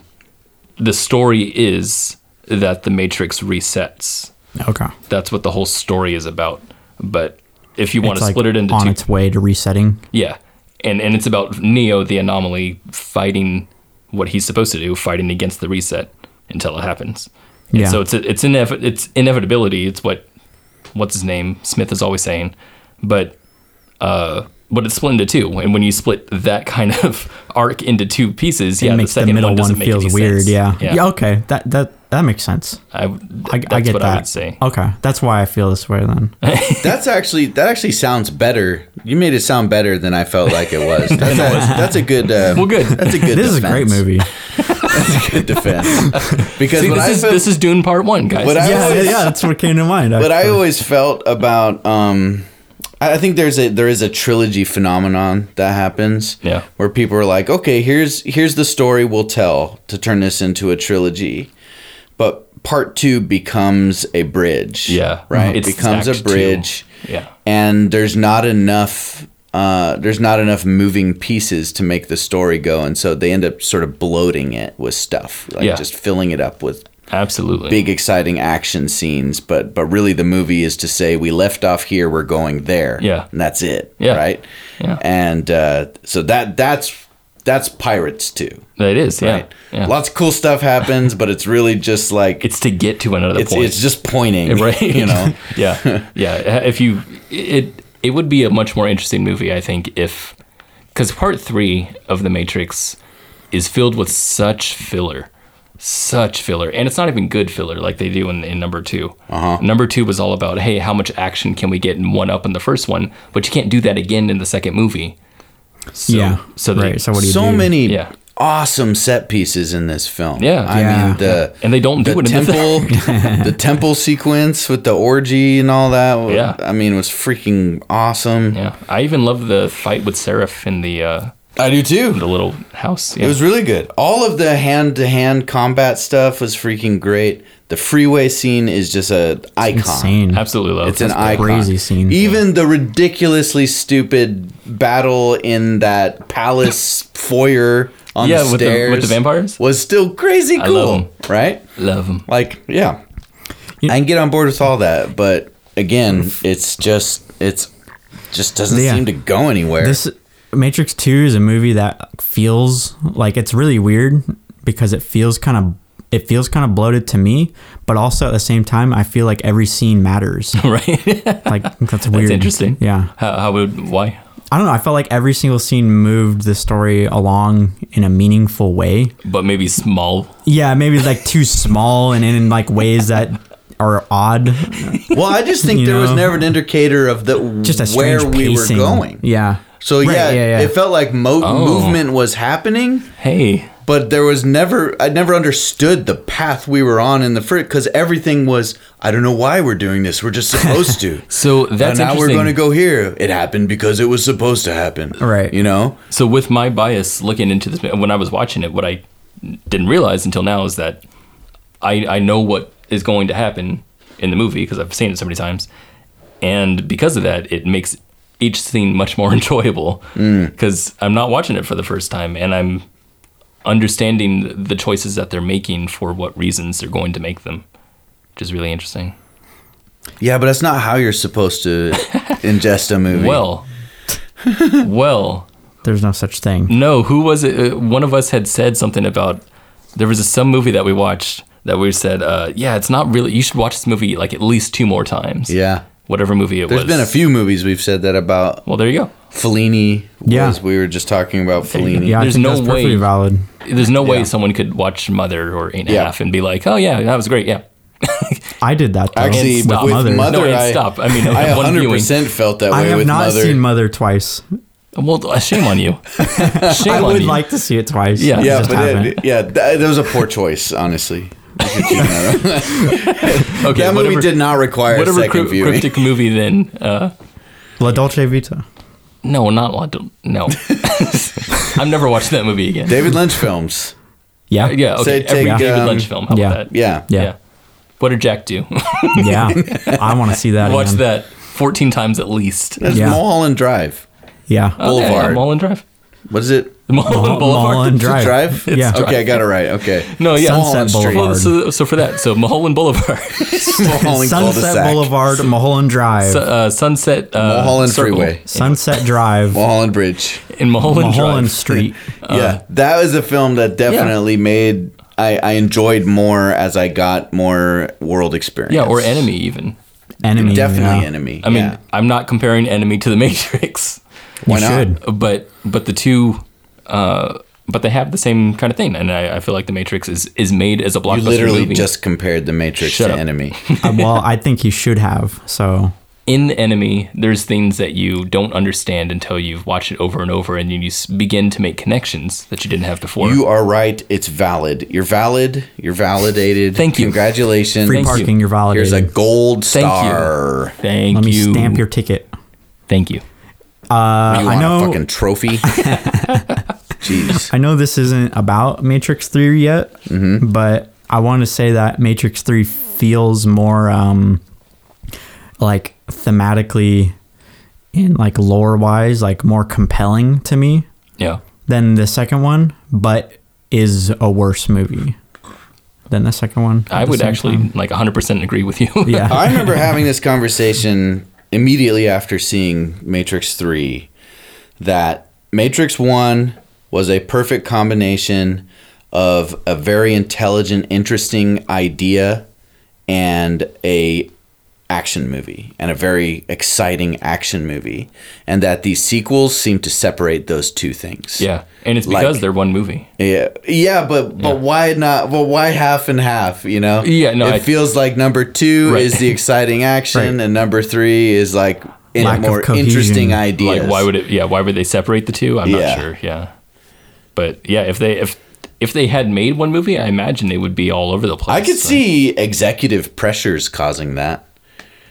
B: the story is that the Matrix resets.
C: Okay,
B: That's what the whole story is about. But if you want
C: It's,
B: to
C: like,
B: split it into
C: on
B: two
C: its way to resetting.
B: Yeah, and and it's about Neo, the anomaly, fighting what he's supposed to do, fighting against the reset until it happens. And
C: Yeah.
B: So it's it's inev- it's inevitability. It's what what's his name Smith is always saying, but uh, but it's split into two. And when you split that kind of arc into two pieces,
C: It
B: yeah,
C: makes
B: the
C: the,
B: second
C: middle
B: one
C: one,
B: doesn't make
C: feels
B: any
C: weird.
B: sense.
C: Yeah.
B: yeah.
C: yeah, Okay, that that that makes sense.
B: I, th-
C: I,
B: that's
C: I get
B: what
C: that.
B: I would say.
C: Okay, that's why I feel this way then.
A: That's actually that actually sounds better. You made it sound better than I felt like it was. That's, a, that's a good. Uh,
B: Well, good.
A: That's a good.
C: this is a great
A: defense.
C: movie.
A: That's a good defense. Because
B: See,
A: what
B: this
A: I
B: is
A: felt,
B: this is Dune Part One, guys.
A: What I-
C: yeah,
A: always-
C: yeah, yeah, that's what came to mind.
A: what I
C: actually.
A: always felt about. Um, I I think there's a there is a trilogy phenomenon that happens.
B: Yeah.
A: Where people are like, okay, here's here's the story we'll tell to turn this into a trilogy, but part two becomes a bridge.
B: yeah,
A: Right. It
B: It's
A: becomes
B: Act
A: a
B: Two.
A: bridge.
B: Yeah.
A: and there's not enough uh, there's not enough moving pieces to make the story go, and so they end up sort of bloating it with stuff, like
B: Yeah.
A: just filling it up with
B: Absolutely.
A: big, exciting action scenes. But but really, the movie is to say we left off here, we're going there,
B: Yeah.
A: and that's it,
B: Yeah.
A: right?
B: Yeah.
A: And uh, so that that's that's Pirates too,
B: It is. Yeah.
A: right?
B: yeah.
A: Lots of cool stuff happens, but it's really just like
B: it's to get to another
A: it's
B: point.
A: it's just pointing,
B: right?
A: You know,
B: yeah, yeah. If you it it would be a much more interesting movie, I think, if because part three of the Matrix is filled with such filler, such filler, and it's not even good filler like they do in, in number 2
A: Uh-huh.
B: Number two was all about hey, how much action can we get in one up in the first one, but you can't do that again in the second movie. So,
C: yeah.
B: So they,
C: right. So what do you
A: so
C: do?
A: many
B: Yeah.
A: awesome set pieces in this film.
B: Yeah.
A: I
C: Yeah.
A: mean the
B: And they don't do
A: the
B: it in the
A: temple, the temple sequence with the orgy and all that. wa-
B: Yeah.
A: I mean, was freaking awesome.
B: yeah, I even love the fight with Seraph in the uh,
A: I do too.
B: the little house. Yeah.
A: It was really good. All of the hand to hand combat stuff was freaking great. The freeway scene is just a icon.
C: insane.
B: absolutely love.
A: It's an
B: That's-
A: icon.
C: crazy scene.
A: Even the ridiculously stupid battle in that palace foyer on the
B: Yeah, with the- with
A: stairs
B: the vampires?
A: was still crazy
B: I love
A: cool, right?
B: Love him.
A: Like, yeah,
C: You-
A: I can get on board with all that, but again, it's just it's just doesn't
C: Yeah.
A: seem to go anywhere.
C: This Matrix Two is a movie that feels like it's really weird because it feels kind of it feels kind of bloated to me, but also at the same time, I feel like every scene matters.
B: right?
C: Like that's weird.
B: interesting.
C: Yeah,
B: how, how would why?
C: I don't know. I felt like every single scene moved the story along in a meaningful way.
B: But maybe small.
C: Yeah, maybe like too small and in like ways that are odd.
A: Well, I just think
C: You
A: there was
C: know?
A: never an indicator of the
C: Just a strange
A: where we
C: pacing.
A: were going.
C: Yeah.
A: So
C: Right,
A: yeah, it felt like mo-
B: Oh.
A: movement was happening,
B: Hey,
A: but there was never I never understood the path we were on in the first because everything was I don't know why we're doing this. We're just supposed to.
B: so
A: and
B: that's
A: now we're
B: interesting.
A: going to go here. It happened because it was supposed to happen.
C: Right.
A: You know.
B: So with my bias looking into this, when I was watching it, what I didn't realize until now is that I I know what is going to happen in the movie because I've seen it so many times, and because of that, it makes each scene much more enjoyable because I'm not watching it for the first time and I'm understanding the choices that they're making for what reasons they're going to make them, which is really interesting.
A: Yeah, but that's not how you're supposed to ingest a movie.
B: Well, well.
C: There's no such thing.
B: No, who was it? Uh, One of us had said something about there was a, some movie that we watched that we said, uh, yeah, it's not really. You should watch this movie like at least two more times.
A: yeah.
B: whatever movie it
A: There's
B: was.
A: been a few movies we've said that about.
B: Well, there you go.
A: Fellini
C: Yeah.
A: was we were just talking about Fellini.
C: Yeah,
B: There's
C: I think
B: no
C: that's perfectly
B: way-
C: valid.
B: There's no way
A: Yeah.
B: someone could watch Mother or Eight and a Half
A: Yeah.
B: and be like, oh yeah, that was great. Yeah.
C: I did that. Though.
A: Actually,
B: And stop.
A: with
C: Mother.
A: Mother,
C: No,
B: and
A: I,
B: stop. I mean,
A: I
B: one
A: 100%
B: viewing.
A: felt that way
C: I have
A: with
C: not
A: Mother.
C: seen Mother twice.
B: Well, uh, shame on you. Shame
C: I
B: on
C: would
B: you.
C: like to see it twice.
B: Yeah.
C: I
A: yeah,
C: just
A: but
C: haven't.
A: it, yeah, that, that was a poor choice, honestly. that
B: okay,
A: movie did not require a
B: whatever
A: second
B: cryp-
A: viewing.
B: cryptic movie then. Uh,
C: La Dolce Vita.
B: no, not La Dol- No, I've never watched that movie again.
A: David Lynch films.
C: Yeah.
B: yeah, okay.
A: Say
B: Every
A: take,
B: David
A: um,
B: Lynch film. How
C: yeah.
B: about that?
A: Yeah.
C: Yeah.
B: What did Jack do?
C: Yeah. I want to see that.
B: Watch
C: again.
B: that 14 times at least.
A: That's
C: Yeah.
A: Mulholland Drive.
C: Yeah.
B: Oh, yeah,
A: Boulevard.
B: Yeah, Mulholland Drive.
A: What is it?
B: Mulholland
C: Mul-
B: Boulevard.
C: Mulholland
A: Is it
C: Drive.
A: Drive?
C: Yeah. It's
A: Okay, I got it right. Okay.
B: No, yeah.
C: Sunset
A: Mulholland
B: Well,
C: Boulevard.
B: so, so for that, so Mulholland Boulevard,
A: Mulholland
C: Sunset
A: cul-de-sac.
C: Boulevard, Mulholland Drive,
B: Su- uh, Sunset uh,
A: Mulholland
B: Circle.
A: Freeway.
C: Sunset Drive,
A: Mulholland Bridge.
B: in Mulholland,
C: Mulholland
B: Drive.
C: Street.
A: yeah, that was a film that definitely made I, I enjoyed more as I got more world experience.
B: Yeah, or Enemy even.
C: Enemy.
A: Definitely
C: yeah.
A: enemy.
B: I mean,
A: yeah.
B: I'm not comparing Enemy to The Matrix,
A: why
C: you
A: not?
C: should.
B: but but the two, uh, but they have the same kind of thing, and I, I feel like The Matrix is is made as a blockbuster
A: you literally
B: movie.
A: just compared The Matrix
B: Shut
A: to
B: up.
A: Enemy.
C: Uh, well, I think you should have. So
B: in the enemy there's things that you don't understand until you've watched it over and over and you s- begin to make connections that you didn't have before
A: you are right. It's valid. You're valid. You're validated.
B: Thank you.
A: Congratulations.
C: free
B: Thank you.
C: parking, you. are validated.
A: Here's a gold
B: Thank you.
A: star.
B: thank
C: Let me
B: you
C: stamp your ticket.
B: thank you
C: Uh,
A: You
C: I
A: want
C: know.
A: a fucking trophy? Jeez.
C: I know this isn't about Matrix Three yet, but I want to say that Matrix Three feels more um, like thematically and like lore wise, like more compelling to me
B: yeah
C: than the second one, but is a worse movie than the second one.
B: i
C: at the
B: would
C: same
B: actually
C: time.
B: like 100% agree with you
C: yeah.
A: I remember having this conversation immediately after seeing Matrix 3 that Matrix 1 was a perfect combination of a very intelligent, interesting idea and a action movie and a very exciting action movie and that these sequels seem to separate those two things.
B: yeah and it's because
A: Like-
B: they're one movie
A: Yeah, yeah, but but why not? Well, why half and half? You know?
B: Yeah, no,
A: It
B: I-
A: feels like number two
B: Right.
A: is the exciting action, and number three is like in
C: Lack of
A: more
C: cohesion.
A: interesting ideas.
B: like why would it yeah why would they separate the two i'm
A: Yeah.
B: not sure yeah but yeah if they if if they had made one movie i imagine they would be all over the place
A: I could
B: Like,
A: see executive pressures causing that.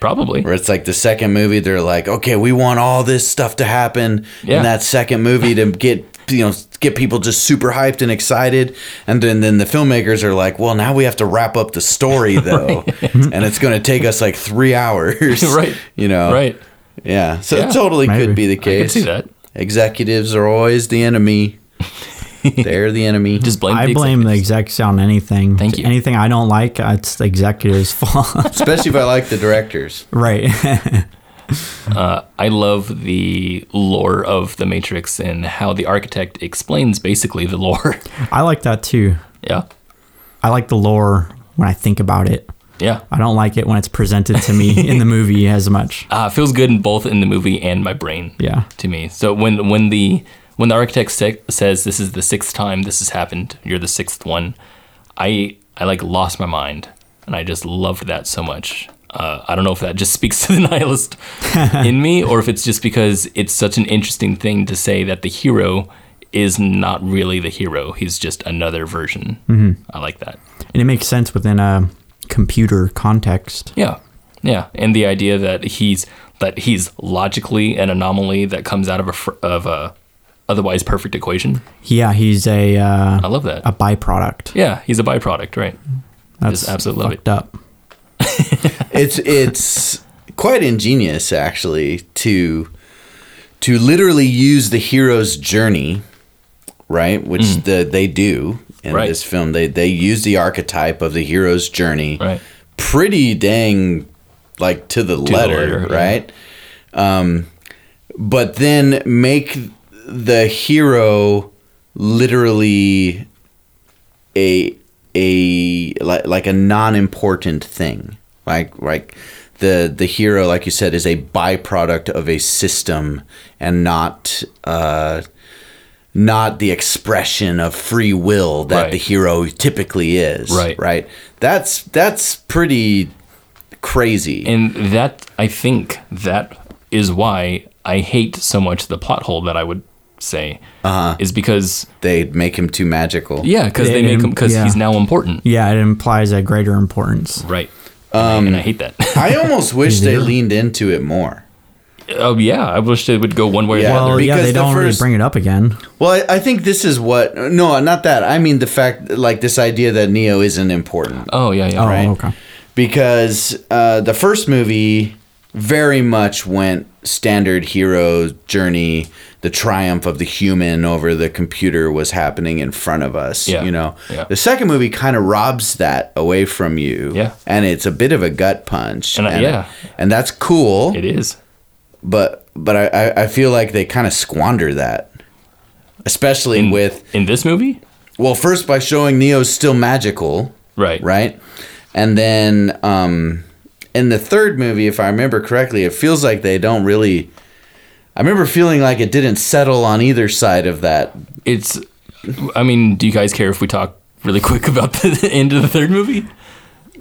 B: probably
A: Where it's like the second movie, they're like, okay, we want all this stuff to happen
B: Yeah.
A: in that second movie to get you know get people just super hyped and excited, and then then the filmmakers are like, well, now we have to wrap up the story though, and it's going to take us like three hours,
B: Right.
A: You know,
B: right
A: Yeah, so
B: Yeah,
A: it totally
C: maybe.
A: could be the
B: i could
A: case.
B: see that
A: Executives are always the enemy. They're the enemy.
B: just blame
C: I
B: the
C: blame the
B: executives.
C: execs on anything.
B: Thank you.
C: Anything I don't like, it's the executive's fault.
A: Especially if I like the directors.
C: right.
B: Uh, I love the lore of the Matrix and how the architect explains basically the lore.
C: I like that too.
B: yeah,
C: I like the lore when I think about it.
B: yeah.
C: I don't like it when it's presented to me in the movie as much.
B: Uh, feels good in both in the movie and my brain.
C: Yeah.
B: to me. So when when the when the architect sa- says this is the sixth time this has happened, you're the sixth one. I I like lost my mind, and I just loved that so much. Uh, I don't know if that just speaks to the nihilist in me, or if it's just because it's such an interesting thing to say that the hero is not really the hero; he's just another version. I like that.
C: And it makes sense within a computer context.
B: Yeah, yeah, and the idea that he's that he's logically an anomaly that comes out of a fr- of a otherwise perfect equation.
C: Yeah, he's a
B: I
C: uh,
B: love that.
C: a byproduct.
B: yeah, he's a byproduct, right?
C: That's
B: just absolutely love
C: fucked up.
A: it's it's quite ingenious actually to to literally use the hero's journey right which the, they do in
B: Mm. Right.
A: this film they they use the archetype of the hero's journey
B: Right.
A: pretty dang like to the,
B: the
A: letter,
B: letter, yeah.
A: right um but then make the hero literally a a like, like a non-important thing like like the the hero like you said is a byproduct of a system and not uh not the expression of free will that
B: Right.
A: the hero typically is
B: Right.
A: right that's that's pretty crazy
B: And that I think that is why I hate so much the plot hole that I would say uh-huh. is because
A: they make him too magical
B: yeah, because they
C: Yeah,
B: make him because
C: yeah.
B: he's now important,
C: Yeah, it implies a greater importance.
B: right? Um, and I hate that.
A: i almost wish they leaned into it more
B: oh yeah, I wish it would go one way
A: Yeah,
B: or the other.
C: Well, yeah,
A: because
C: they
A: the
C: don't really
A: first-
C: bring it up again.
A: Well, I, I think this is what. No, not that. I mean the fact, like this idea that Neo isn't important
B: Oh yeah, yeah.
C: Oh,
B: right.
C: okay.
A: because uh, the first movie very much went standard hero journey. The triumph of the human over the computer was happening in front of us.
B: Yeah.
A: You know,
B: Yeah.
A: the second movie kind of robs that away from you.
B: Yeah.
A: and it's a bit of a gut punch.
B: And I- yeah.
A: and that's cool.
B: It is.
A: but but I- I I feel like they kind of squander that, especially
B: Mm.
A: with
B: in this movie,
A: well, first by showing Neo's still magical,
B: right?
A: right? And then um, in the third movie, if I remember correctly, it feels like they don't really. I remember feeling like it didn't settle on either side of that.
B: It's. I mean, do you guys care if we talk really quick about the end of the third movie?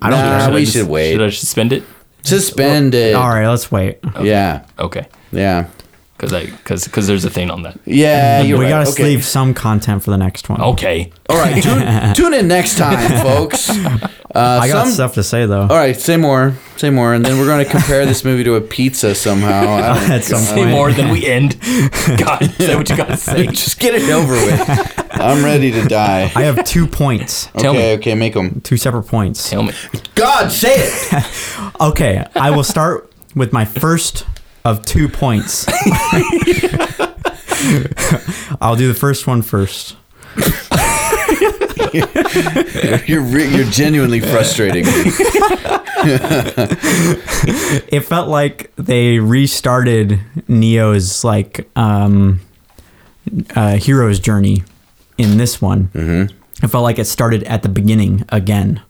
A: I don't.
B: Or
A: Nah,
B: I
A: we
B: just-
A: should wait.
B: Should I suspend it?
A: Suspend it.
C: All right, let's wait.
A: Yeah,
B: Okay.
A: yeah,
B: Because I because because there's a thing on that.
A: yeah. You're
C: we
A: right.
C: gotta
A: okay.
C: leave some content for the next one.
B: Okay.
A: All right. Tune, tune in next time, folks. Uh,
C: I got
A: some-
C: stuff to say though.
A: All right, say more, say more, and then we're going to compare this movie to a pizza somehow. I don't-
C: At some
B: Say
C: point.
B: more than we end. God, say what you gotta say.
A: Just get it over with. I'm ready to die.
C: I have two points,
B: Tell
A: okay,
B: me.
A: okay, make them.
C: two separate points.
B: Tell me.
A: God, say it.
C: Okay, I will start with my first of two points. I'll do the first one first.
A: You're re- you're genuinely frustrating me.
C: It felt like they restarted Neo's like um, uh, hero's journey in this one. Mm-hmm. It felt like it started at the beginning again,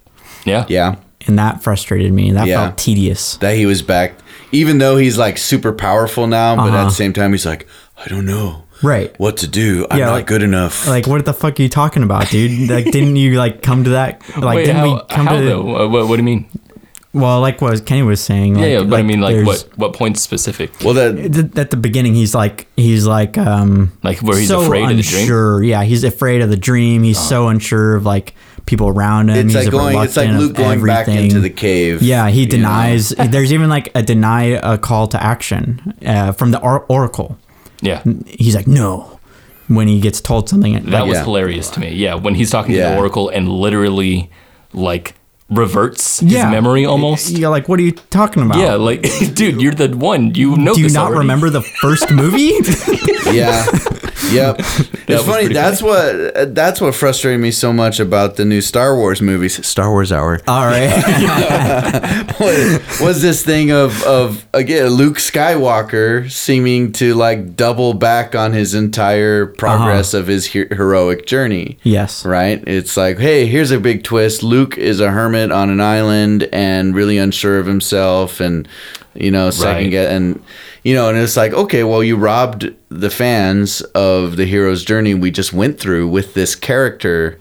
B: Yeah.
A: Yeah,
C: and that frustrated me. That
A: Yeah.
C: felt tedious.
A: that he was back, even though he's like super powerful now, but at the same time he's like, I don't know
C: Uh-huh. Right.
A: what to do. I'm
C: Yeah,
A: not
C: like-
A: good enough.
C: Like, what the fuck are you talking about, dude? Like, didn't you like come to that? Like,
B: Wait,
C: didn't
B: how,
C: we come
B: how
C: to
B: though? Uh, what, what do you mean?
C: Well, like what Kenny was saying. Like,
B: yeah, yeah, but I mean, like,
C: there's-
B: what what point specific?
A: well, that
C: th- At the beginning, he's like, he's like, um,
B: Like, where he's
C: so
B: afraid of the dream? Oh.
C: unsure. Yeah, he's afraid of the dream. He's so unsure of like people around him.
A: it's
C: he's
A: like going. It's like
C: reluctant of
A: Luke going back
C: everything.
A: into the cave.
C: Yeah, he
A: you know?
C: denies. There's even like a deny a call to action uh, from the or- Oracle.
B: Yeah.
C: He's like, no, when he gets told something.
B: That
C: like,
B: was
A: Yeah.
B: hilarious to me. Yeah. When he's talking to
A: Yeah.
B: the Oracle and literally, like, reverts his
C: yeah,
B: memory almost.
C: You're like, what are you talking about?
B: Yeah. Like, dude, you're the one. You know
C: Do you
B: this
C: not
B: already.
C: remember the first movie?
A: Yeah, Yep. it's
B: was
A: funny.
B: pretty
A: That's what that's what frustrated me so much about the new Star Wars movies. Star Wars Hour
C: All right.
A: was, was this thing of of again Luke Skywalker seeming to like double back on his entire progress of his he- heroic journey.
C: yes.
A: Right? It's like, hey, here's a big twist. Luke is a hermit on an island and really unsure of himself and you know, second
B: Right.
A: guess and you know, and it's like, okay, well you robbed the fans of the hero's journey we just went through with this character.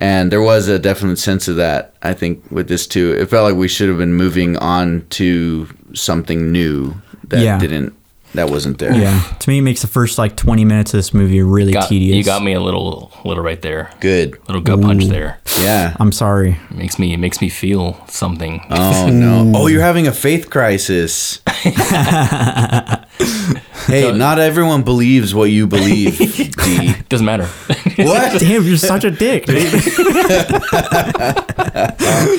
A: And there was a definite sense of that, I think, with this too. It felt like we should have been moving on to something new that
C: Yeah.
A: didn't that wasn't there.
C: Yeah. To me, it makes the first like 20 minutes of this movie really
B: Got-
C: tedious.
B: you got me a little little right there.
A: Good.
B: Little gut punch there.
A: Yeah.
C: I'm sorry.
B: It makes me it makes me feel something.
A: Oh no! Oh, you're having a faith crisis. hey, not everyone believes what you believe. D.
B: Doesn't matter.
A: What?
C: Damn, you're such a dick. dude.
A: you have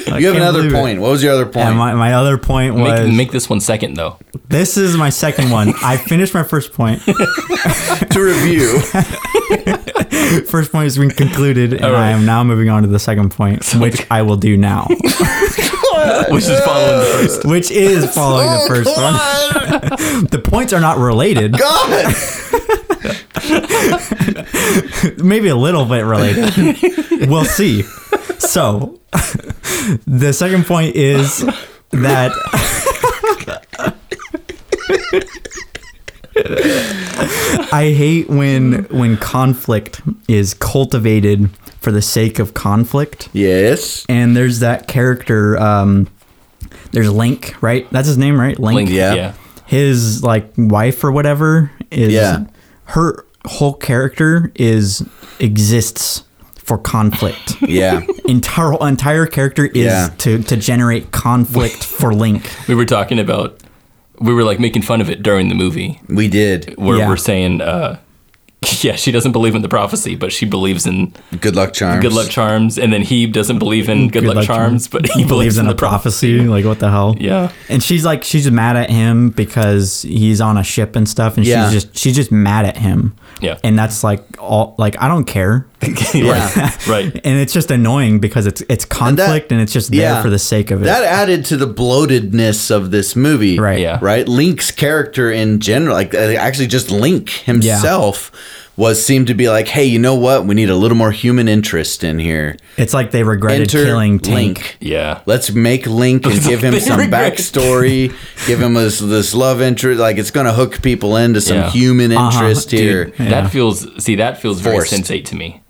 C: can't
A: another
C: believe it.
A: point. What was your other point?
C: And my, my other point was
B: make, make this one second though.
C: this is my second one. I finished my first point.
A: to review.
C: First point has been concluded, and
B: right.
C: I am now moving on to the second point, which I will do now,
B: Which is following the first.
C: which is following the first
A: Oh, come
C: one.
A: on.
C: The points are not related,
A: God.
C: maybe a little bit related. we'll see. So, the second point is that. I hate when when conflict is cultivated for the sake of conflict.
A: Yes.
C: and there's that character um there's link right that's his name right link,
B: Link,
A: Yeah.
B: yeah.
C: his like wife or whatever is
A: Yeah.
C: her whole character is exists for conflict
A: Yeah.
C: entire entire character is
A: Yeah.
C: to to generate conflict for link
B: We were talking about we were like making fun of it during the movie.
A: We did.
B: Where
C: Yeah.
B: we're saying uh yeah, she doesn't believe in the prophecy, but she believes in
A: Good luck charms.
B: good luck charms, and then he doesn't believe in good, luck, charms, but he believes in the prophecy.
C: like what the hell
B: Yeah.
C: and she's like she's just mad at him because he's on a ship and stuff and
A: Yeah.
C: she's just she's just mad at him
B: Yeah.
C: and that's like all like i don't care
A: Yeah.
B: right. right.
C: and it's just annoying because it's it's conflict and, it's just there
A: yeah.
C: for the sake of it.
A: That added to the bloatedness of this movie.
C: Right.
B: Yeah.
A: Right? Link's character in general, like uh, actually just Link himself was seemed to be like, "Hey, you know what? We need a little more human interest in here."
C: it's like they regretted
A: Enter
C: killing Tank.
A: Link.
B: Yeah.
A: Let's make Link and give him
B: They
A: some
B: regret-
A: backstory, give him this, this love interest. Like it's going to hook people into some
B: Yeah.
A: human interest here.
B: Dude, that feels see that feels very
A: Forced.
B: sensate to me.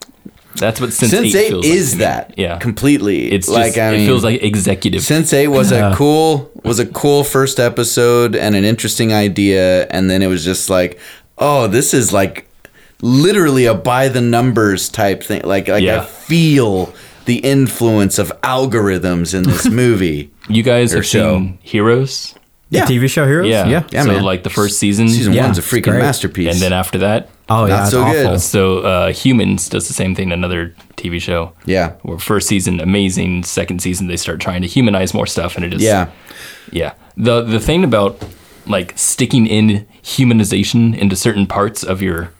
B: That's what sense,
A: Sense
B: eight
A: eight
B: feels
A: is
B: like to me.
A: that
B: Yeah.
A: completely.
B: It's
A: like
B: just,
A: I mean,
B: it feels like executive.
A: Sensei was a cool was a cool first episode and an interesting idea, and then it was just like, oh, this is like literally a by the numbers type thing. Like like
B: Yeah.
A: I feel the influence of algorithms in this movie.
B: you guys have
A: show.
B: seen Heroes?
A: yeah,
C: The TV show Heroes?
B: Yeah.
C: Yeah.
A: Yeah,
B: so
A: man.
B: like the first season,
A: season
C: Yeah,
A: one's a
C: it's
A: freaking
C: great.
A: masterpiece.
B: and then after that,
C: Oh yeah.
A: Not
C: it's
A: so good.
C: awful.
B: so uh, Humans does the same thing. in Another TV show.
A: yeah,
B: Where first season amazing, second season they start trying to humanize more stuff, and it just
A: yeah,
B: yeah. The the thing about like sticking in humanization into certain parts of your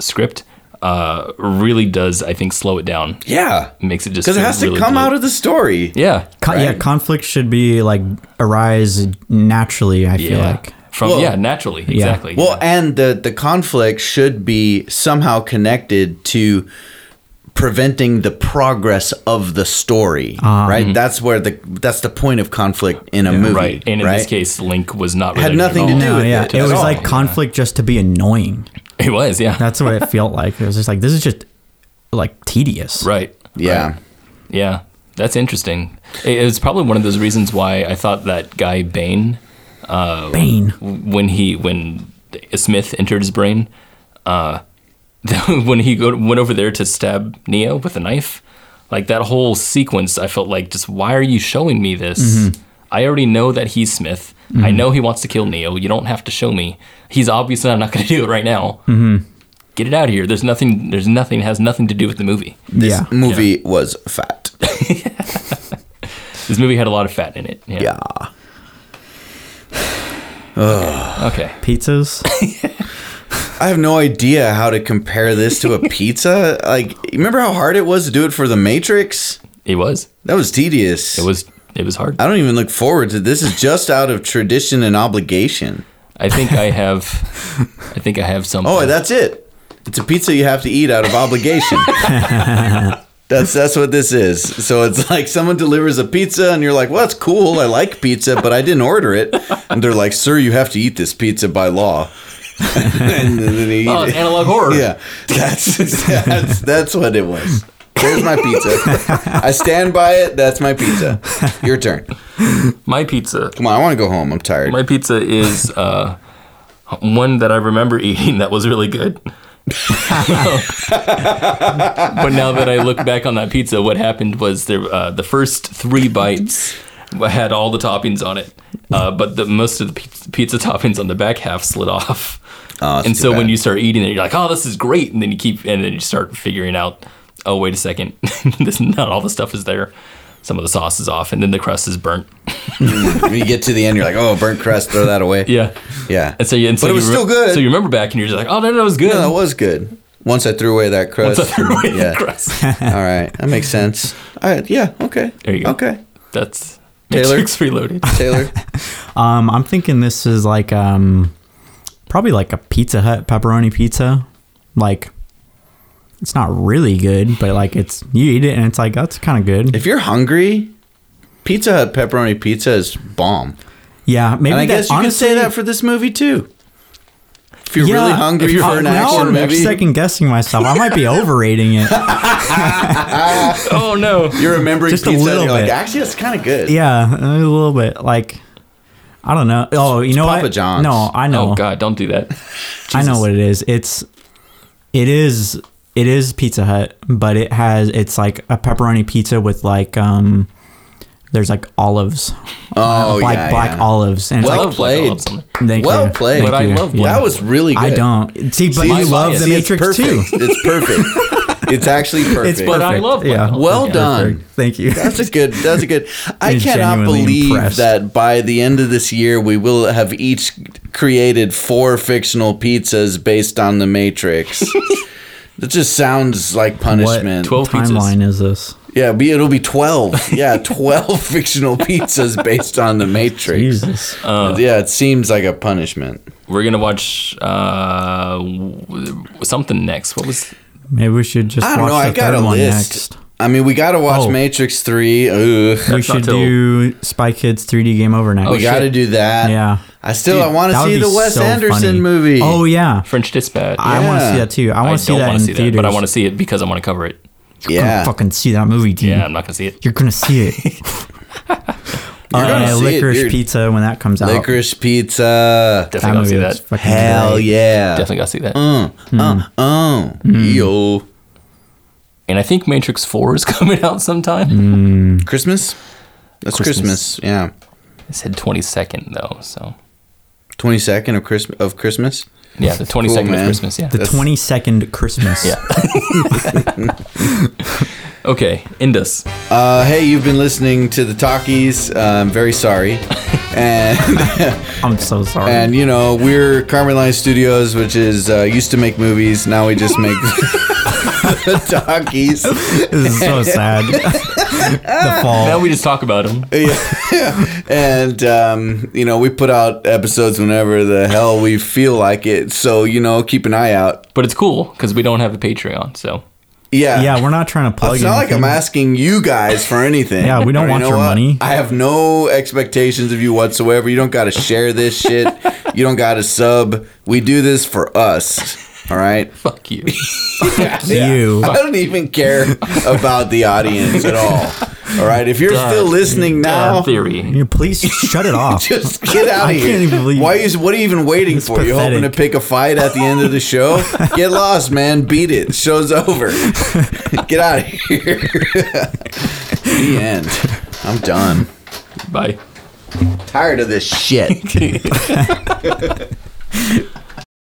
B: script uh, really does I think slow it down.
A: yeah.
B: Makes it just
A: Because it
B: feel
A: has
B: really
A: to come
B: blo-
A: out of the story.
B: yeah
C: Con- Yeah,
A: Right.
C: conflict should be like arise naturally, I feel like.
B: from
A: Well-
B: yeah naturally exactly
A: Well, and the the conflict should be somehow connected to preventing the progress of the story,
C: Ah.
A: right? That's where the that's the point of conflict in a movie,
B: Mm-hmm. right and in this case Link was not
A: Had
B: related at
A: nothing to
B: all.
A: do
C: No,
A: with
C: Uh, yeah.
A: it
C: It was
A: at all.
C: like conflict just to be annoying.
B: it was yeah
C: That's what it felt like. It was just like this is just like tedious.
B: right
A: Yeah.
B: Right. yeah that's interesting it, it was probably one of those reasons why I thought that guy Bane
C: Bane.
B: when he when Smith entered his brain, uh, when he go, went over there to stab Neo with a knife, like that whole sequence, I felt like just why are you showing me this? I already know that he's Smith. I know he wants to kill Neo. You don't have to show me. He's obviously I'm not going to do it right now. Mm-hmm. Get it out of here. There's nothing. There's nothing. Has nothing to do with the movie.
A: This
C: yeah.
A: movie was fat.
B: This movie had a lot of fat in it.
A: yeah.
B: Okay.
C: Pizzas.
A: I have no idea how to compare this to a pizza. Like, you remember how hard it was to do it for The Matrix?
B: It was.
A: That was tedious.
B: It was. It was hard.
A: I don't even look forward to this. Is just out of tradition and obligation.
B: I think I have. I think I have some.
A: Oh, that's it. It's a pizza you have to eat out of obligation. that's that's what this is. So it's like someone delivers a pizza and you're like, "Well, that's cool. I like pizza, but I didn't order it." And they're like, "Sir, you have to eat this pizza by law." and then they eat
B: Oh, it's
A: it.
B: analog horror.
A: Yeah, that's that's that's what it was. There's my pizza. I stand by it. That's my pizza. Your turn.
B: My pizza.
A: Come on, I want to go home. I'm tired.
B: My pizza is uh, one that I remember eating that was really good. but now that I look back on that pizza, what happened was there, uh, the first three bites had all the toppings on it, uh, but the most of the pi- pizza toppings on the back half slid off.
A: Oh, that's
B: and
A: too
B: so when
A: bad.
B: you start eating it, you're like, "Oh, this is great," and then you keep, and then you start figuring out, "Oh, wait a second, this not all the stuff is there. Some of the sauce is off, and then the crust is burnt."
A: when you get to the end, you're like, "Oh, burnt crust. Throw that away."
B: Yeah,
A: Yeah.
B: And so, you, and so
A: But it was
B: you
A: still good.
B: So you remember back, and you're just like, "Oh no, no, it was good."
A: No, that was good. Once I threw away that crust.
B: That's the way it
A: yeah.
B: grows.
A: All right. That makes sense. All right. Yeah. Okay.
B: There you go.
A: Okay.
B: That's
A: Taylor?
B: Matrix Reloaded.
A: Taylor.
C: Um, I'm thinking this is like um, probably like a Pizza Hut pepperoni pizza. Like, it's not really good, but like it's you eat it and it's like that's kind of good.
A: if you're hungry, Pizza Hut pepperoni pizza is bomb.
C: yeah, maybe
A: And I
C: that-
A: guess you
C: honestly,
A: can say that for this movie too. If you're really hungry
C: if you're-
A: for an
C: now
A: action
C: I'm
A: movie,
C: second guessing myself. I might be overrating it.
B: oh no!
A: you're remembering
C: Just a
A: pizza. and
C: little
A: you're like,
C: bit.
A: actually, it's kind of good.
C: Yeah, a little bit. Like, I don't know. Oh, you know
A: Papa
C: what?
A: John's.
C: No, I know.
B: Oh god, don't do that.
C: I know
B: Jesus.
C: what it is. It's it is it is Pizza Hut, but it has it's like a pepperoni pizza with like um there's like olives,
A: Oh
C: like
A: yeah.
C: black
A: yeah.
C: olives, and it's
B: I
A: Well
B: love
C: like
B: black
A: played.
B: olives on it.
C: thank
A: well
C: you.
A: played.
C: Thank
B: But I
C: you.
B: love black
A: That was really good.
C: I don't see, but
A: See,
C: you
A: it's-
C: love
B: bias.
C: the
A: see,
C: Matrix
A: it's
C: too.
A: perfect. It's perfect. it's actually perfect.
C: It's
B: But I
C: perfect.
B: love black
C: yeah.
B: olives.
A: Well
B: Yeah.
A: done.
C: Thank you.
A: That's a good. That's a good. I
C: I'm
A: cannot
C: genuinely
A: believe
C: impressed.
A: that by the end of this year, we will have each created four fictional pizzas based on The Matrix. that just sounds like punishment.
B: 12 pizzas.
C: timeline is this?
A: Yeah, be it'll be twelve. Yeah, twelve fictional pizzas based on The Matrix.
C: Jesus.
A: yeah, it seems like a punishment.
B: We're gonna watch uh, w- something next. What was?
C: Maybe we should just
A: I don't
C: watch
A: know.
C: the
A: I got
C: third
A: a
C: one
A: list.
C: next.
A: I mean, we got to watch
C: Oh.
A: Matrix Three. Ugh.
C: we
B: That's not
C: should
B: till-
C: do Spy Kids 3D Game Over next.
A: we got to do that.
C: Yeah.
A: I still
C: Dude,
A: I want to
C: that would
A: Oh, see
C: be
A: the Wes
C: so
A: Anderson
C: funny.
A: movie.
C: Oh yeah,
B: French Dispatch.
C: I want to
A: Yeah.
C: see that too. I
B: I
C: want to see
B: don't
C: that
B: want
C: in
B: to see
C: theaters. Mm-hmm.
B: that, but I want to see it because I want to cover it.
A: yeah.
C: fucking see that movie, dude.
B: Yeah, I'm not gonna see it.
C: You're gonna see it.
A: You're gonna
C: uh,
A: see it,
C: licorice
A: dude.
C: pizza when that comes out.
A: Licorice Pizza.
C: That
B: Definitely
C: movie
B: gotta
C: looks
B: see that.
C: fucking
A: Hell
C: great.
A: yeah.
B: Definitely gotta see that.
A: Uh, uh,
C: Mm.
A: Yo.
B: And I think Matrix Four is coming out sometime.
C: Mm.
A: Christmas? That's Christmas.
B: Christmas.
A: Yeah.
B: It said 22nd though, so
A: 22nd of Christmas of Christmas.
B: yeah, the 22nd of
A: man.
B: Christmas. Yeah.
C: The
A: That's-
C: twenty second Christmas.
B: Yeah. okay, Indus.
A: Uh, hey, you've been listening to the talkies. Uh, I'm very sorry. And
C: I'm so sorry.
A: and you know, we're Carmen Line Studios, which is uh, used to make movies, now we just make the talkies.
C: this is so sad. the fall.
B: Now we just talk about him.
A: and um, you know we put out episodes whenever the hell we feel like it so you know keep an eye out
B: But it's cool because we don't have a Patreon, so
A: yeah
C: yeah, we're not trying to plug.
A: it's not like
C: anything.
A: I'm asking you guys for anything.
C: Yeah, we don't
A: You
C: want
A: know
C: your
A: what?
C: money.
A: I have no expectations of you whatsoever. You don't got to share this shit. you don't got to sub. We do this for us. All right?
B: fuck you.
C: you.
A: I don't even care about the audience at all. All right? If you're
B: Duh.
A: still listening now,
B: Uh, theory.
C: You please shut it off.
A: Just get out
C: I
A: of here.
C: can't even believe-
A: Why is what are you even waiting for? You hoping to
C: pathetic.
A: pick a fight at the end of the show? get lost, man. Beat it. Show's over. get out of here. the end. I'm done.
B: Bye.
A: Tired of this shit.